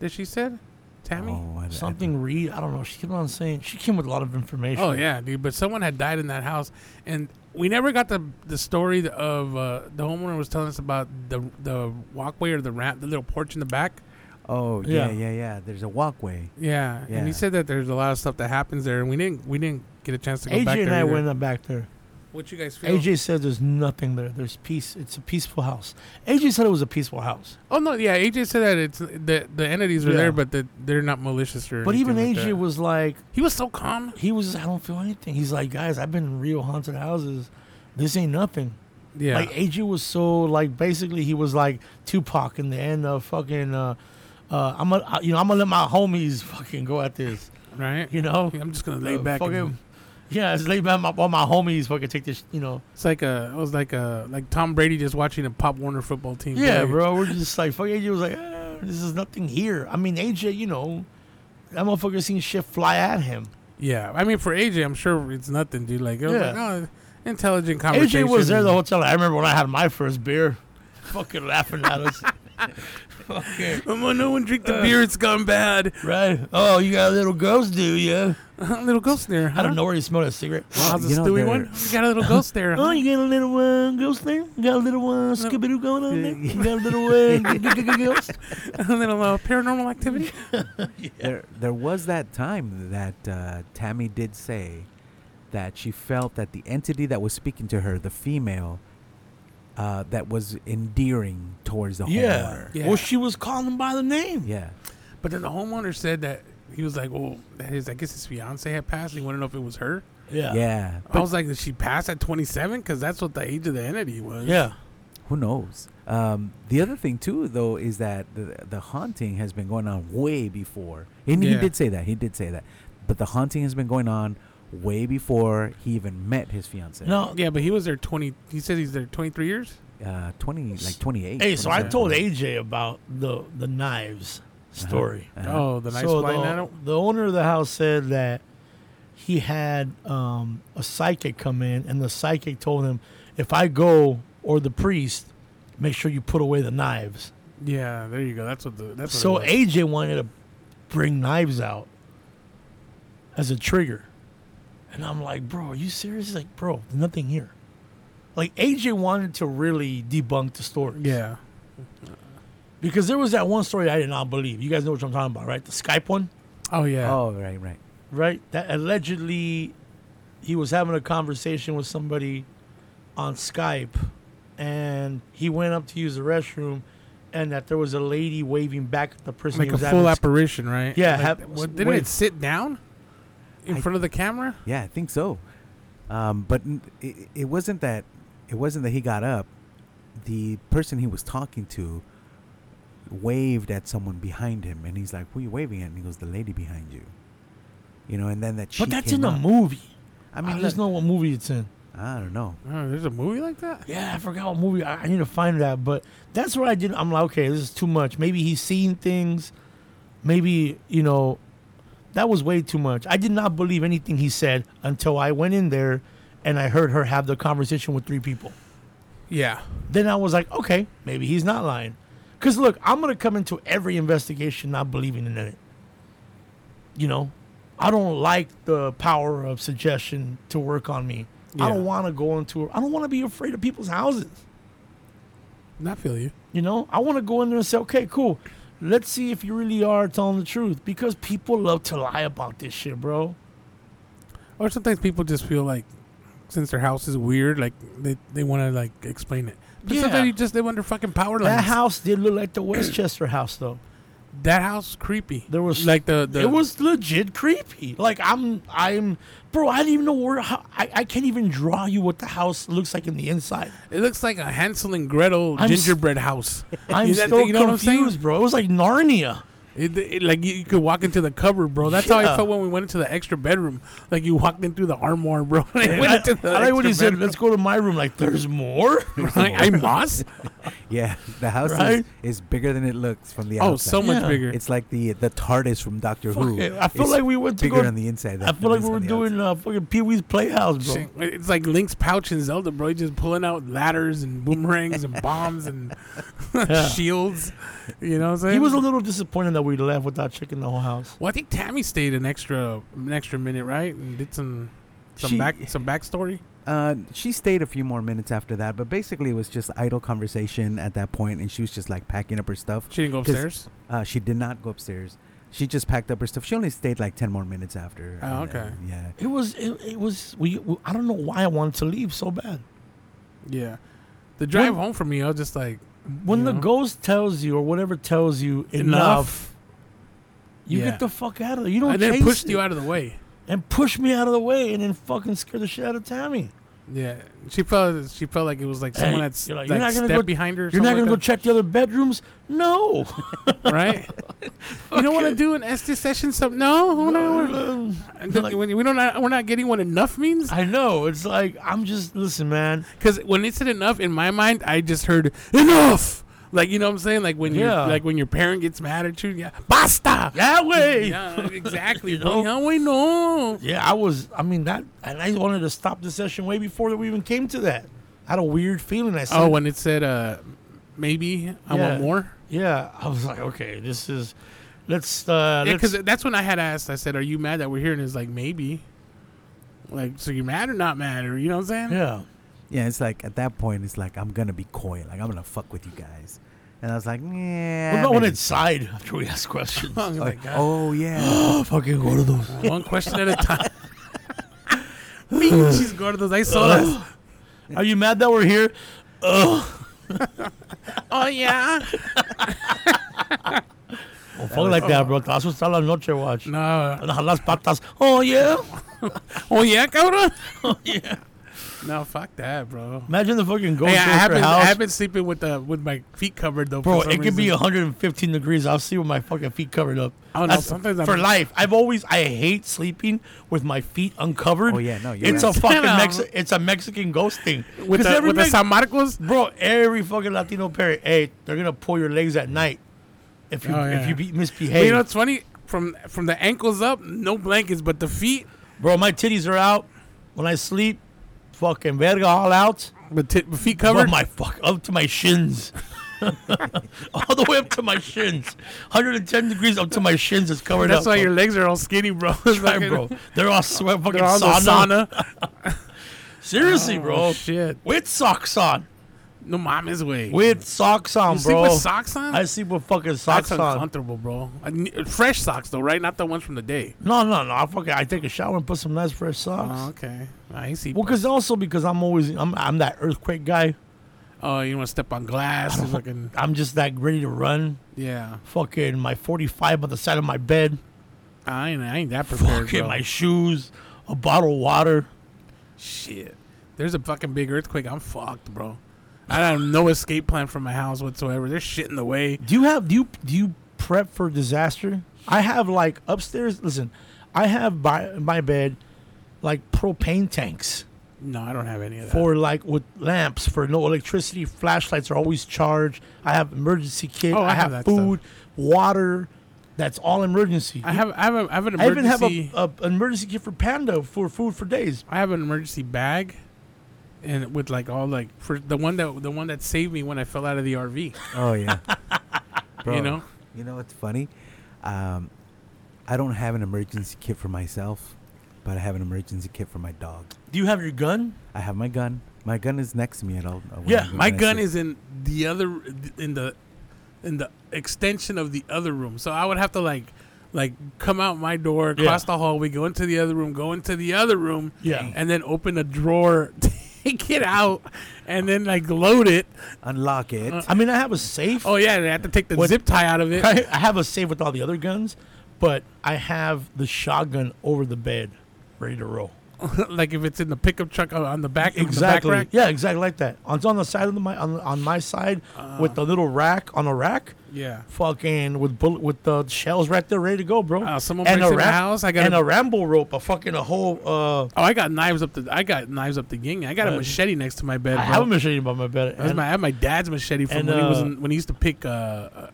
That she said, Tammy. Oh, I- I- Something Reed. I don't know. She kept on saying she came with a lot of information. Oh yeah, dude. But someone had died in that house, and we never got the the story of uh, the homeowner was telling us about the the walkway or the ramp, the little porch in the back. Oh yeah, yeah, Yeah. yeah, There's a walkway. Yeah, and Yeah. he said that there's a lot of stuff that happens there, and we didn't we didn't get a chance to go AJ back there. and I either. went up back there. What you guys feel? AJ said there's nothing there. There's peace. It's a peaceful house. AJ said it was a peaceful house. Oh no, yeah. AJ said that it's the the entities were Yeah. there, but that they're not malicious or. But even anything AJ like that. was like, he was so calm. he was, I don't feel anything. He's like, guys, I've been in real haunted houses. This ain't nothing. Yeah. Like AJ was so like basically he was like Tupac in the end of fucking. Uh, uh, I'm gonna, you know, I'm gonna let my homies fucking go at this. right. You know, I'm just gonna lay Uh, back. and- Fucking, yeah, it's lay back. My, all my homies fucking take this. You know. It's like a, it was like a, like Tom Brady just watching a Pop Warner football team. Yeah, play. bro. We're just like fuck. AJ was like, eh, this is nothing here. I mean, AJ, you know, that motherfucker seen shit fly at him. Yeah, I mean for AJ, I'm sure it's nothing, dude. Like, it was Yeah. like, oh, intelligent conversation. AJ was there the whole time. I remember when I had my first beer, fucking laughing at us. Fucking- Oh, no one drink the beer; it's gone bad. Right. Oh, you got a little ghost, do you? little ghost there. Huh? I don't know where he smelled a cigarette. Wow, how's You the know, Stewie there- one? You got a little ghost there. Oh, huh? you got a little uh, ghost there? You got a little uh, Scooby Doo going on there? You got a little uh, g- g- g- ghost? a little uh, paranormal activity. There, there was that time that uh, Tammy did say that she felt that the entity that was speaking to her, the female, uh, that was endearing towards the Yeah. homeowner. Yeah. Well, she was calling him by the name. Yeah. But then the homeowner said that he was like, "Well, that his, I guess his fiance had passed. and He wanted to know if it was her." Yeah. Yeah. I was like, "Did she pass at 27? Because that's what the age of the entity was." Yeah. Who knows? Um, the other thing too, though, is that the, the haunting has been going on way before, and he Yeah. did say that. He did say that, but the haunting has been going on way before he even met his fiance. No. Yeah, but he was there 20. He said he's there 23 years. uh, twenty, like twenty-eight. Hey, so I 27. told AJ about the the knives story. Uh-huh. Oh, the nice so blind the, animal. the owner of the house said that he had um, a psychic come in, and the psychic told him, "If I go or the priest, make sure you put away the knives." Yeah, there you go. That's what the that's what So it was. AJ wanted to bring knives out as a trigger. And I'm like, bro, are you serious? He's like, bro, there's nothing here. Like AJ wanted to really debunk the story. yeah. Because there was that one story I did not believe. You guys know what I'm talking about, right? The Skype one, Oh yeah. Oh, right, right. right? That allegedly he was having a conversation with somebody on Skype and he went up to use the restroom and that there was a lady waving back at the person. like he a was full having- apparition, right? Yeah, Like, hap- what, didn't wait. it sit down in I- front of the camera? Yeah, I think so. Um, but n- it, it wasn't that. It wasn't that he got up. The person he was talking to waved at someone behind him, and he's like, "Who are you waving at?" And he goes, "The lady behind you." You know, and then that. But sheet that's came in a up. movie. I I mean, mean, let's look, know what movie it's in. I don't know. Oh, there's a movie like that. Yeah, I forgot what movie. I, I need to find that. But that's what I did. I'm like, okay, this is too much. Maybe he's seen things. Maybe you know, that was way too much. I did not believe anything he said until I went in there, and I heard her have the conversation with three people. Yeah, Then I was like, okay, maybe he's not lying. Cause look, I'm gonna come into every investigation not believing in it. You know, I don't like the power of suggestion to work on me. I Yeah. don't want to go into. I don't want to be afraid of people's houses. I feel you. You know, I want to go in there and say, okay, cool. Let's see if you really are telling the truth because people love to lie about this shit, bro. Or sometimes people just feel like since their house is weird, like they, they want to like explain it. But Yeah. sometimes you just live under fucking power lines. That house did look like the Westchester house, though. that house, is creepy. There was- like the, the it was legit creepy. Like I'm, I'm, bro. I didn't even know where. How, I I can't even draw you what the house looks like in the inside. It looks like a Hansel and Gretel I'm s- gingerbread house. I'm You know- still you know what I'm saying? confused, bro. It was like Narnia. It, it- like you, you could walk into the cupboard, bro. That's how I Yeah. felt when we went into the extra bedroom. Like you walked in through the armoire, bro. I, I, went into the I like extra what he said. bedroom. Let's go to my room. Like there's more. Right? I moss. Yeah, the house Right? is, is bigger than it looks from the outside. Oh, so much Yeah. bigger. It's like the the TARDIS from Doctor Fuck Who. it. I feel It's like we went to bigger go- on the inside. than I it feel like is we on were the doing outside. uh, fucking Pee Wee's Playhouse, bro. It's like Link's pouch in Zelda, bro. He's just pulling out ladders and boomerangs and bombs and shields. You know what I'm saying? He was a little disappointed that we left without checking the whole house. Well, I think Tammy stayed an extra an extra minute, right? And did some some She- back some backstory. Uh, she stayed a few more minutes after that, but basically it was just idle conversation at that point, and she was just like packing up her stuff. She didn't go 'Cause, upstairs. Uh, she did not go upstairs. She just packed up her stuff. She only stayed like ten more minutes after. Oh, and, uh, okay. yeah. It was it, it was we, we I don't know why I wanted to leave so bad. Yeah. The drive When- home from me, I was just like, When you the know? ghost tells you or whatever tells you enough, Enough. you Yeah. get the fuck out of there. You don't I then chase pushed it you out of the way. and push me out of the way and then fucking scare the shit out of Tammy. Yeah, she felt she felt like it was like someone Hey, that's you're like, like, you're not gonna stepped go- behind her. or You're not something gonna go like check the other bedrooms? No. that, right? you don't want to do an SD session. Some no, no, no, like- we we don't. uh, We're not getting what enough means. I know. It's like I'm just listen, man. Because when it said enough, in my mind, I just heard enough. Like you know what I'm saying? Like when Yeah. your like when your parent gets mad at you, yeah, basta. That way. Yeah, exactly. You bro. know? Yeah, we know. Yeah, I was. I mean that, and I wanted to stop the session way before we even came to that. I had a weird feeling. I said, Oh, when it said uh, maybe I Yeah. want more. yeah." I was like, "Okay, this is, let's." uh Yeah, let's- because that's when I had asked. I said, "Are you mad that we're here?" And it's like, "Maybe." Like, so you're mad or not mad, or you know what I'm saying? yeah, Yeah, it's like at that point, it's like I'm gonna be coy, like I'm gonna fuck with you guys, and I was like, yeah. we're going maybe." inside after we ask questions. Oh, my God. Oh yeah. oh, fucking go to those. One question at a time. She's going to those. I saw that. Are you mad that we're here? Oh yeah. Don't Oh, fuck like that, bro. That's what's la noche watch. No. Las patas. Oh yeah. Oh yeah, cabrón. Oh yeah. No, fuck that, bro. Imagine the fucking ghost Hey, I goes to your have, been, I house. have been sleeping with the with my feet covered though. Bro, for some Oh, it could be reason. 115 degrees. I'll see with my fucking feet covered up. Oh, no, That's sometimes I'm- for life. I've always I hate sleeping with my feet uncovered. Oh, yeah, no, you're it's right. a fucking Yeah. Mex- it's a Mexican ghost thing. with 'Cause the, every with the Mex- San Marcos. bro, every fucking Latino parent, hey, they're gonna pull your legs at night if you Oh, yeah. if you be- But misbehave. you know, it's funny from from the ankles up, no blankets, but the feet. bro, my titties are out when I sleep. Fucking verga all out. But t- but feet Bro, covered. my fuck up to my shins. all the way up to my shins. 110 degrees up to my shins is covered That's up. why bro. your legs are all skinny, bro. It's That's like- right, bro. They're all sweat fucking They're all in the sauna. sauna. Seriously, Oh bro. shit! With socks on. No mama's way. With socks on, you sleep bro. with socks on? I sleep with fucking That's socks on. uncomfortable, bro. I ne- fresh socks though, right? Not the ones from the day. No, no, no. I fucking I take a shower and put some nice fresh socks. Oh, okay. I see. Well, cause also because I'm always I'm I'm that earthquake guy. Oh, you want to step on glass? and Fucking I'm just like ready to run. yeah. Fucking my 45 on the side of my bed. I ain't, I ain't that prepared. Fucking bro. my shoes. A bottle of water. Shit. There's a fucking big earthquake. I'm fucked, bro. I have no escape plan from my house whatsoever. There's shit in the way. Do you have do you do you prep for disaster? I have like upstairs. Listen, I have by my bed like propane tanks No, I don't have any of that. for like with lamps for no electricity. Flashlights are always charged. I have emergency kit. Oh, I I, have that have, food, water. That's all emergency. I have I have, a, I have an I even emergency. I, have a, a an emergency kit for Panda for food for days. have an emergency bag, and with like all like for the one that the one that saved me when I fell out of the RV. Oh yeah. Bro, know? You know what's funny? Um, I don't have an emergency kit for myself, but I have an emergency kit for my dog. Do you have your gun? I have my gun. My gun is next to me at all. uh, when Yeah, I- when My I gun sit. is in the other in the in the extension of the other room, so I would have to like like come out my door, cross the hallway, go into the other room, go into the other room, Yeah. and then open a drawer, take it out, and then like load it. Unlock it. I mean, I have a safe. Oh yeah, and I have to take the What- zip tie out of it. I, I have a safe with all the other guns, but I have the shotgun over the bed, ready to roll. like if it's in the pickup truck uh, on- on the back, The back rack. Yeah, exactly like that. On, it's on the side of the, my on, on my side with the little rack on a rack, Uh. Yeah. fucking with bullet with the shells right there, ready to go, bro. Uh, someone breaks in my house, I gotta- and a ramble rope, a fucking a whole. Uh, Oh, I got knives up the. I got knives up the gang. I got a Uh, machete next to my bed. I bro. have a machete by my bed. That's and- my, I have my dad's machete from and, when he was uh, in, when he used to pick uh, uh,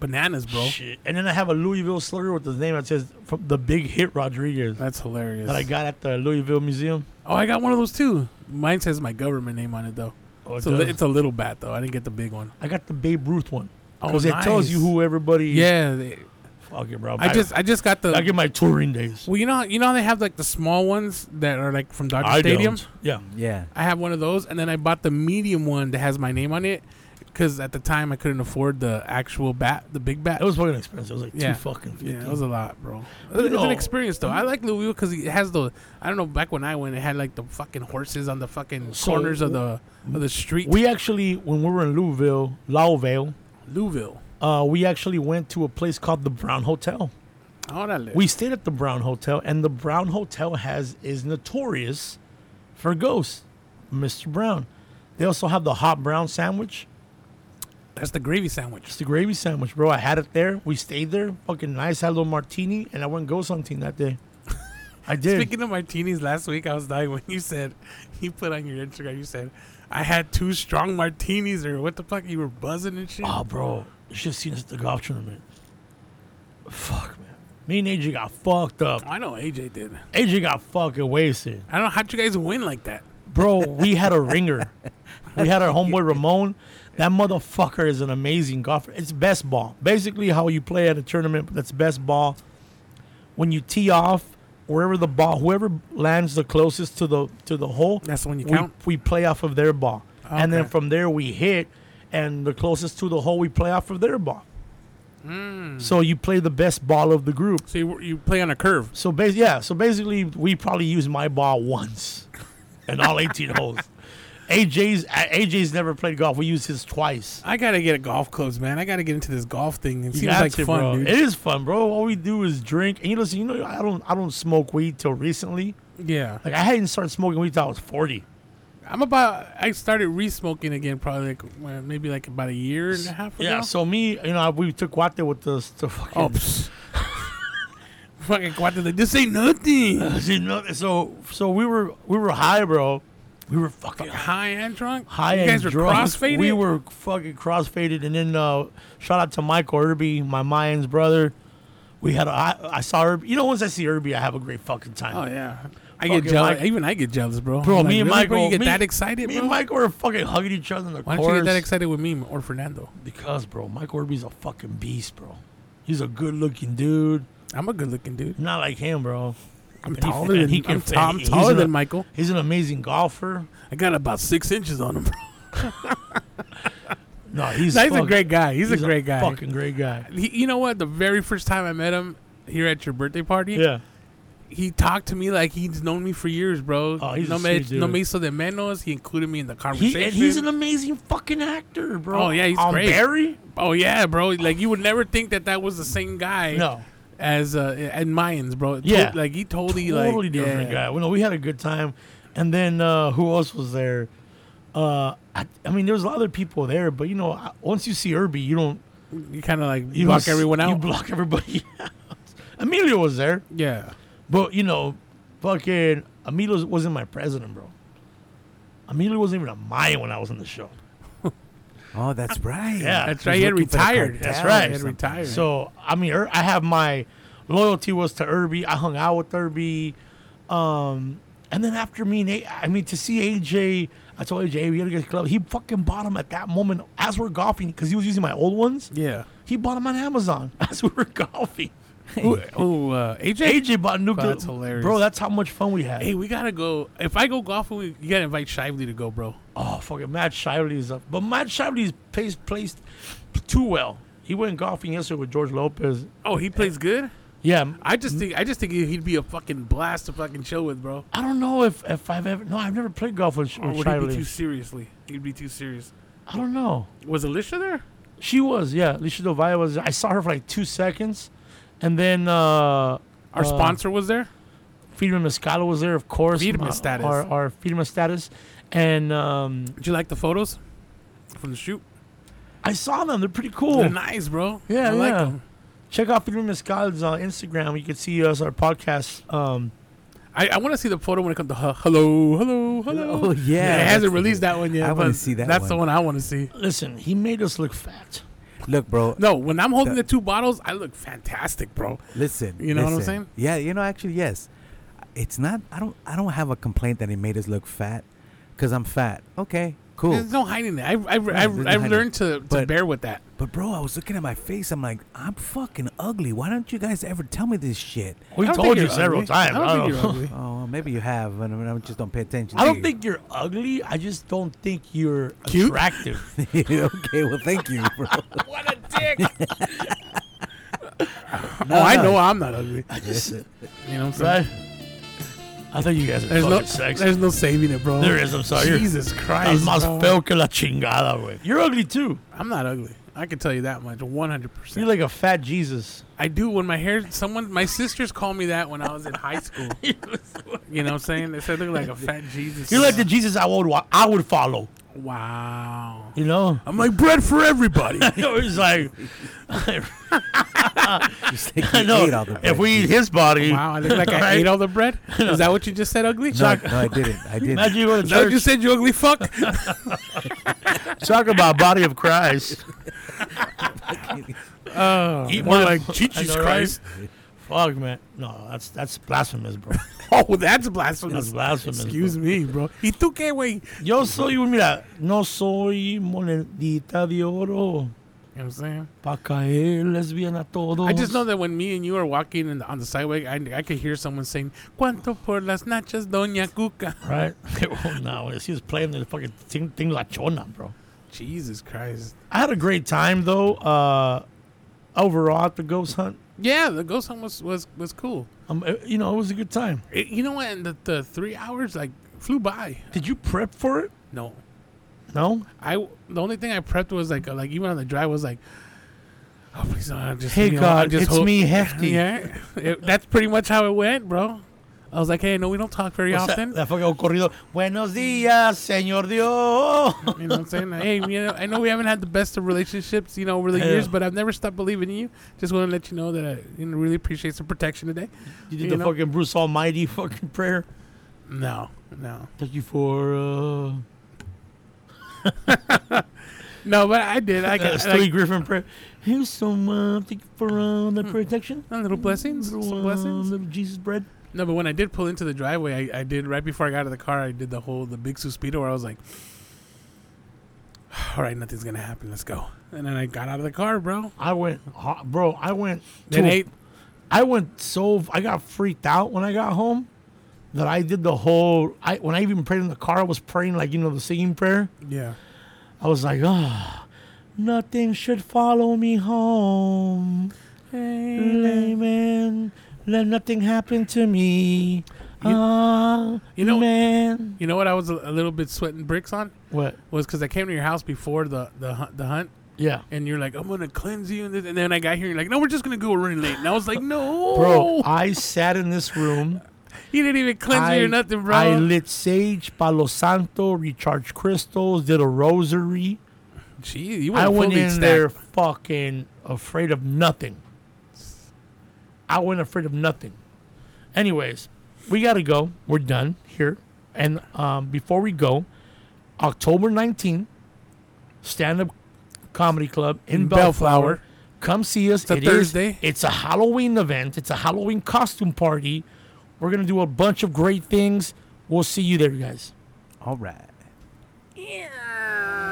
bananas, bro. Shit. And then I have a Louisville slugger with the name that says from the Big Hit Rodriguez That's hilarious. that I got at the Louisville Museum. Oh, I got one of those too. Mine says my government name on it though. Oh, It's a, li- it's a little bat though. I didn't get the big one. I got the Babe Ruth one. Oh, Because it tells nice. you who everybody. Yeah, they, Fuck it, bro. I just I just got I the. get my touring days. Well, you know you know how they have like the small ones that are like from Dodger I Stadium. don't. Yeah. yeah. I have one of those, and then I bought the medium one that has my name on it because at the time I couldn't afford the actual bat, the big bat. It was fucking expensive. It was like Yeah. two fucking. 50. yeah, it was a lot, bro. It You was an know- experience though. I like Louisville because it has the. I don't know. Back when I went, it had like the fucking horses on the fucking So- corners of the of the street. We actually, when we were in Louisville, Lauville, Louisville. uh, we actually went to a place called the Brown Hotel. Órale. We stayed at the Brown Hotel, and the Brown Hotel has is notorious for ghosts, Mr. Brown. They also have the hot brown sandwich. That's the gravy sandwich. It's the gravy sandwich, bro. I had it there. We stayed there. Fucking nice. Had a little martini, and I went ghost hunting that day. I did. Speaking of martinis, last week I was dying when you said you put on your Instagram. You said I had two strong martinis, or what the fuck? You were buzzing and shit. Oh, bro, you should have seen us at the golf tournament. Fuck, man. Me and AJ got fucked up. I know AJ did. AJ got fucking wasted. I don't know how'd you guys win like that. Bro, we had a ringer. We had our homeboy Ramon. That motherfucker is an amazing golfer. It's best ball. Basically, how you play at a tournament, but that's best ball. When you tee off, wherever the ball, whoever lands the closest to the to the hole, That's the one you we, count? we play off of their ball. And then Okay. from there, we hit, and the closest to the hole, we play off of their ball. Hmm. So you play the best ball of the group. So you, you play on a curve. So bas- yeah, so basically we probably used my ball once in all 18 holes. AJ's uh, AJ's never played golf. We used his twice. I gotta get a golf clubs, man. I gotta get into this golf thing. It You seems got like to, fun, bro. dude. It is fun, bro. All we do is drink. And you listen, you know, I don't I don't smoke weed till recently. yeah, Like I hadn't started smoking weed till I was 40. I'm about. I started re-smoking again, probably like well, maybe like about a year and a half ago. Yeah. So me, you know, we took Wate with the, the fucking. oh, psh. fucking what did they? This ain't nothing. See, no, so so we were we were high, bro. We were fucking High and drunk. high You guys and were drunk. crossfaded. We were fucking crossfaded, and then uh, shout out to Michael Irby, my Mayan's brother. We had a, I, I saw Irby. You know, once I see Irby, I have a great fucking time. Oh yeah. I Fucking get jealous. Mike- Even I get jealous, bro. Bro, I'm like, me and really, Michael, bro, you get me- that excited, Me bro? and Michael were fucking hugging each other in the Why don't course. you get that excited with me or Fernando? Because, bro, Michael Irby's a fucking beast, bro. He's a good-looking dude. I'm a good-looking dude. Not like him, bro. I'm And he- taller and than he I'm, can t- fit- I'm he's taller an- than Michael. He's an amazing golfer. I got about six inches on him, bro. No, he's He's a fuck- great guy. He's, a great guy. Fucking great guy. He, you know what? The very first time I met him here at your birthday party, Yeah. he talked to me like he's known me for years, bro. Oh, he's a no, sweet dude. no me hizo de menos. He included me in the conversation. He, and he's an amazing fucking actor, bro. Oh, yeah, he's On great. Barry? oh yeah, bro. Like you would never think that that was the same guy. No. As uh, and Mayans, bro. To- Yeah. like he totally like totally different yeah. guy. Well, no, we had a good time. And then uh, who else was there? Uh, I, I mean, there was a lot of other people there, but you know, I- once you see Irby, you don't You kind of like you block s- everyone out. You block everybody. out. Emilio was there, yeah. but you know, fucking Emilio wasn't my president, bro. Emilio wasn't even a Mayan when I was on the show. Oh, that's right. Yeah, That's He right. was He had looking for the retired. That's cartel right. or He had something. retired. So I mean, Ir- I have my loyalty was to Irby. I hung out with Irby, um, and then after me and A- I mean to see AJ. I told AJ "Hey, we gotta get a club. He fucking bought him at that moment as we're golfing because he was using my old ones. yeah. He bought them on Amazon as we were golfing. Ooh, ooh, uh, AJ. AJ bought new. That's hilarious. bro. That's how much fun we had. Hey, we gotta go. If I go golfing, we, you gotta invite Shively to go, bro. Oh fucking Matt Shively is up, but Matt Shively plays placed too well. He went golfing yesterday with George Lopez. Oh, he plays good. Yeah, I just think I just think he'd be a fucking blast to fucking chill with, bro. I don't know if, if I've ever no I've never played golf with, Or with would he be too Shively. seriously? He'd be too serious. I don't know. Was Alicia there? She was yeah. Alicia Dovaya was. I saw her for like two seconds, and then uh, Our uh, sponsor was there. Friedman Mescala was there of course. Friedman uh, Status. Our, our Friedman status, and um, Did you like the photos from the shoot? I saw them. They're pretty cool. They're nice, bro. Yeah, I like yeah. them. Check out Friedman Mescala's on Instagram. You can see us our podcast. Um, I, I want to see the photo when it comes to hu- hello, hello, hello. Oh, yeah, it hasn't that's- released that one yet. I wanna but see that That's one. the one I want to see. listen, he made us look fat. Look, bro. No, when I'm holding the The- two bottles, I look fantastic, bro. Listen. You know what I'm listen. saying? Yeah, you know actually yes. It's not I don't I don't have a complaint that it made us look fat cuz I'm fat. Okay. Cool. There's no hiding that. I've, I've, Yeah, I've, there's no I've hiding. learned to, to But- bear with that. But bro, I was looking at my face. I'm like, I'm fucking ugly. Why don't you guys ever tell me this shit? We I don't told think you you're several ugly. times. I don't, think you're ugly. Oh, well, maybe you have, and I mean, I just don't pay attention. I to don't you. think you're ugly. I just don't think you're Cute? attractive. okay, well, thank you, bro. What a dick. oh, I know I'm not ugly. I just, You know what I'm saying? right? I thought you guys were There's fucking no, sexy. there's no saving it, bro. There is, I'm sorry. Jesus Estás Christ, más bro. feo que la chingada, güey. You're ugly too. I'm not ugly. I can tell you that much, 100. You're percent like a fat Jesus. I do when my hair. Someone, my sisters called me that when I was in high school. you know what I'm saying? They said I look like a fat Jesus. You're like the Jesus I would wa- I would follow. wow. You know. I'm like bread for everybody. it was like Just like I you know ate all the bread. if we eat his body. Oh, wow, I look like I Right? ate all the bread. Is that what you just said, ugly? no, no, I didn't. I didn't. Imagine you go to Is that what you church. said, you ugly fuck? Talk about body of Christ. Oh, Eat more my- like I Jesus know, right? Christ. Fuck man, no, that's that's blasphemous, bro. Oh, that's blasphemous. That's blasphemous. Excuse me, bro. ¿Y tú qué, güey? You me. Yo soy un mira, no soy monedita de oro know what I'm saying? pa caerles bien a todos. I just know that when me and you are walking in the, on the sidewalk, I, I could hear someone saying, ¿Cuánto por las nachas, Doña Cuca? right? well, no, it's- he was playing the fucking thing, thing la chona, bro. Jesus Christ. I had a great time though. Uh, overall at the ghost hunt, Yeah, the ghost hunt was, was, was cool. um, uh, you know, it was a good time. It- you know what? And the, the three hours, like, flew by. Did you prep for it? No. No. I the only thing I prepped was like like even on the drive was like, oh please don't just Hey you know, God, I just it's hope- me, Hefty. Yeah, it- that's pretty much how it went, bro. I was like, hey, no, we don't talk very What's that- often. That, fucking old corrido. Buenos dias, señor Dios. You know what I'm saying? Like, hey, you know, I know we haven't had the best of relationships, you know, over the Yeah. years, but I've never stopped believing in you. Just want to let you know that I you know, really appreciate some protection today. You did You the know? fucking Bruce Almighty fucking prayer. No, no, Thank you for uh, no, but I did. I uh, got Stewie like, Griffin prayer. Here's some uh, thank you for uh, the protection. little blessings, Little, some uh, blessings. little Jesus bread. No, but when I did pull into the driveway, I, I did right before I got out of the car. I did the whole the big suspiro where I was like, "All right, nothing's gonna happen. Let's go." And then I got out of the car, bro. I went, ho- bro. I went. Then to- eight, I went so I got freaked out when I got home that I did the whole. I when I even prayed in the car, I was praying like you know the singing prayer. yeah, I was like, ah, nothing should follow me home. Amen. Let nothing happen to me. oh, you know- man. You know what? I was a, a little bit sweating bricks on What? was because I came to your house before the the hunt, the hunt, Yeah. and you're like, "I'm gonna cleanse you," and, this, and then I got here, and you're like, "No, we're just gonna go. We're running late." And I was like, "No, Bro, I sat in this room. you didn't even cleanse I, me or nothing, bro." I lit sage, palo santo, recharged crystals, did a rosary. Gee, you I went fully in stacked. there fucking afraid of nothing. I went afraid of nothing. Anyways, we gotta go. We're done here. And um, before we go, October 19th, stand up comedy club in, In Bellflower. Bellflower. Come see us. a It is- Thursday. it's a Halloween event. It's a Halloween costume party. We're gonna do a bunch of great things. We'll see you there, guys. All right. Yeah.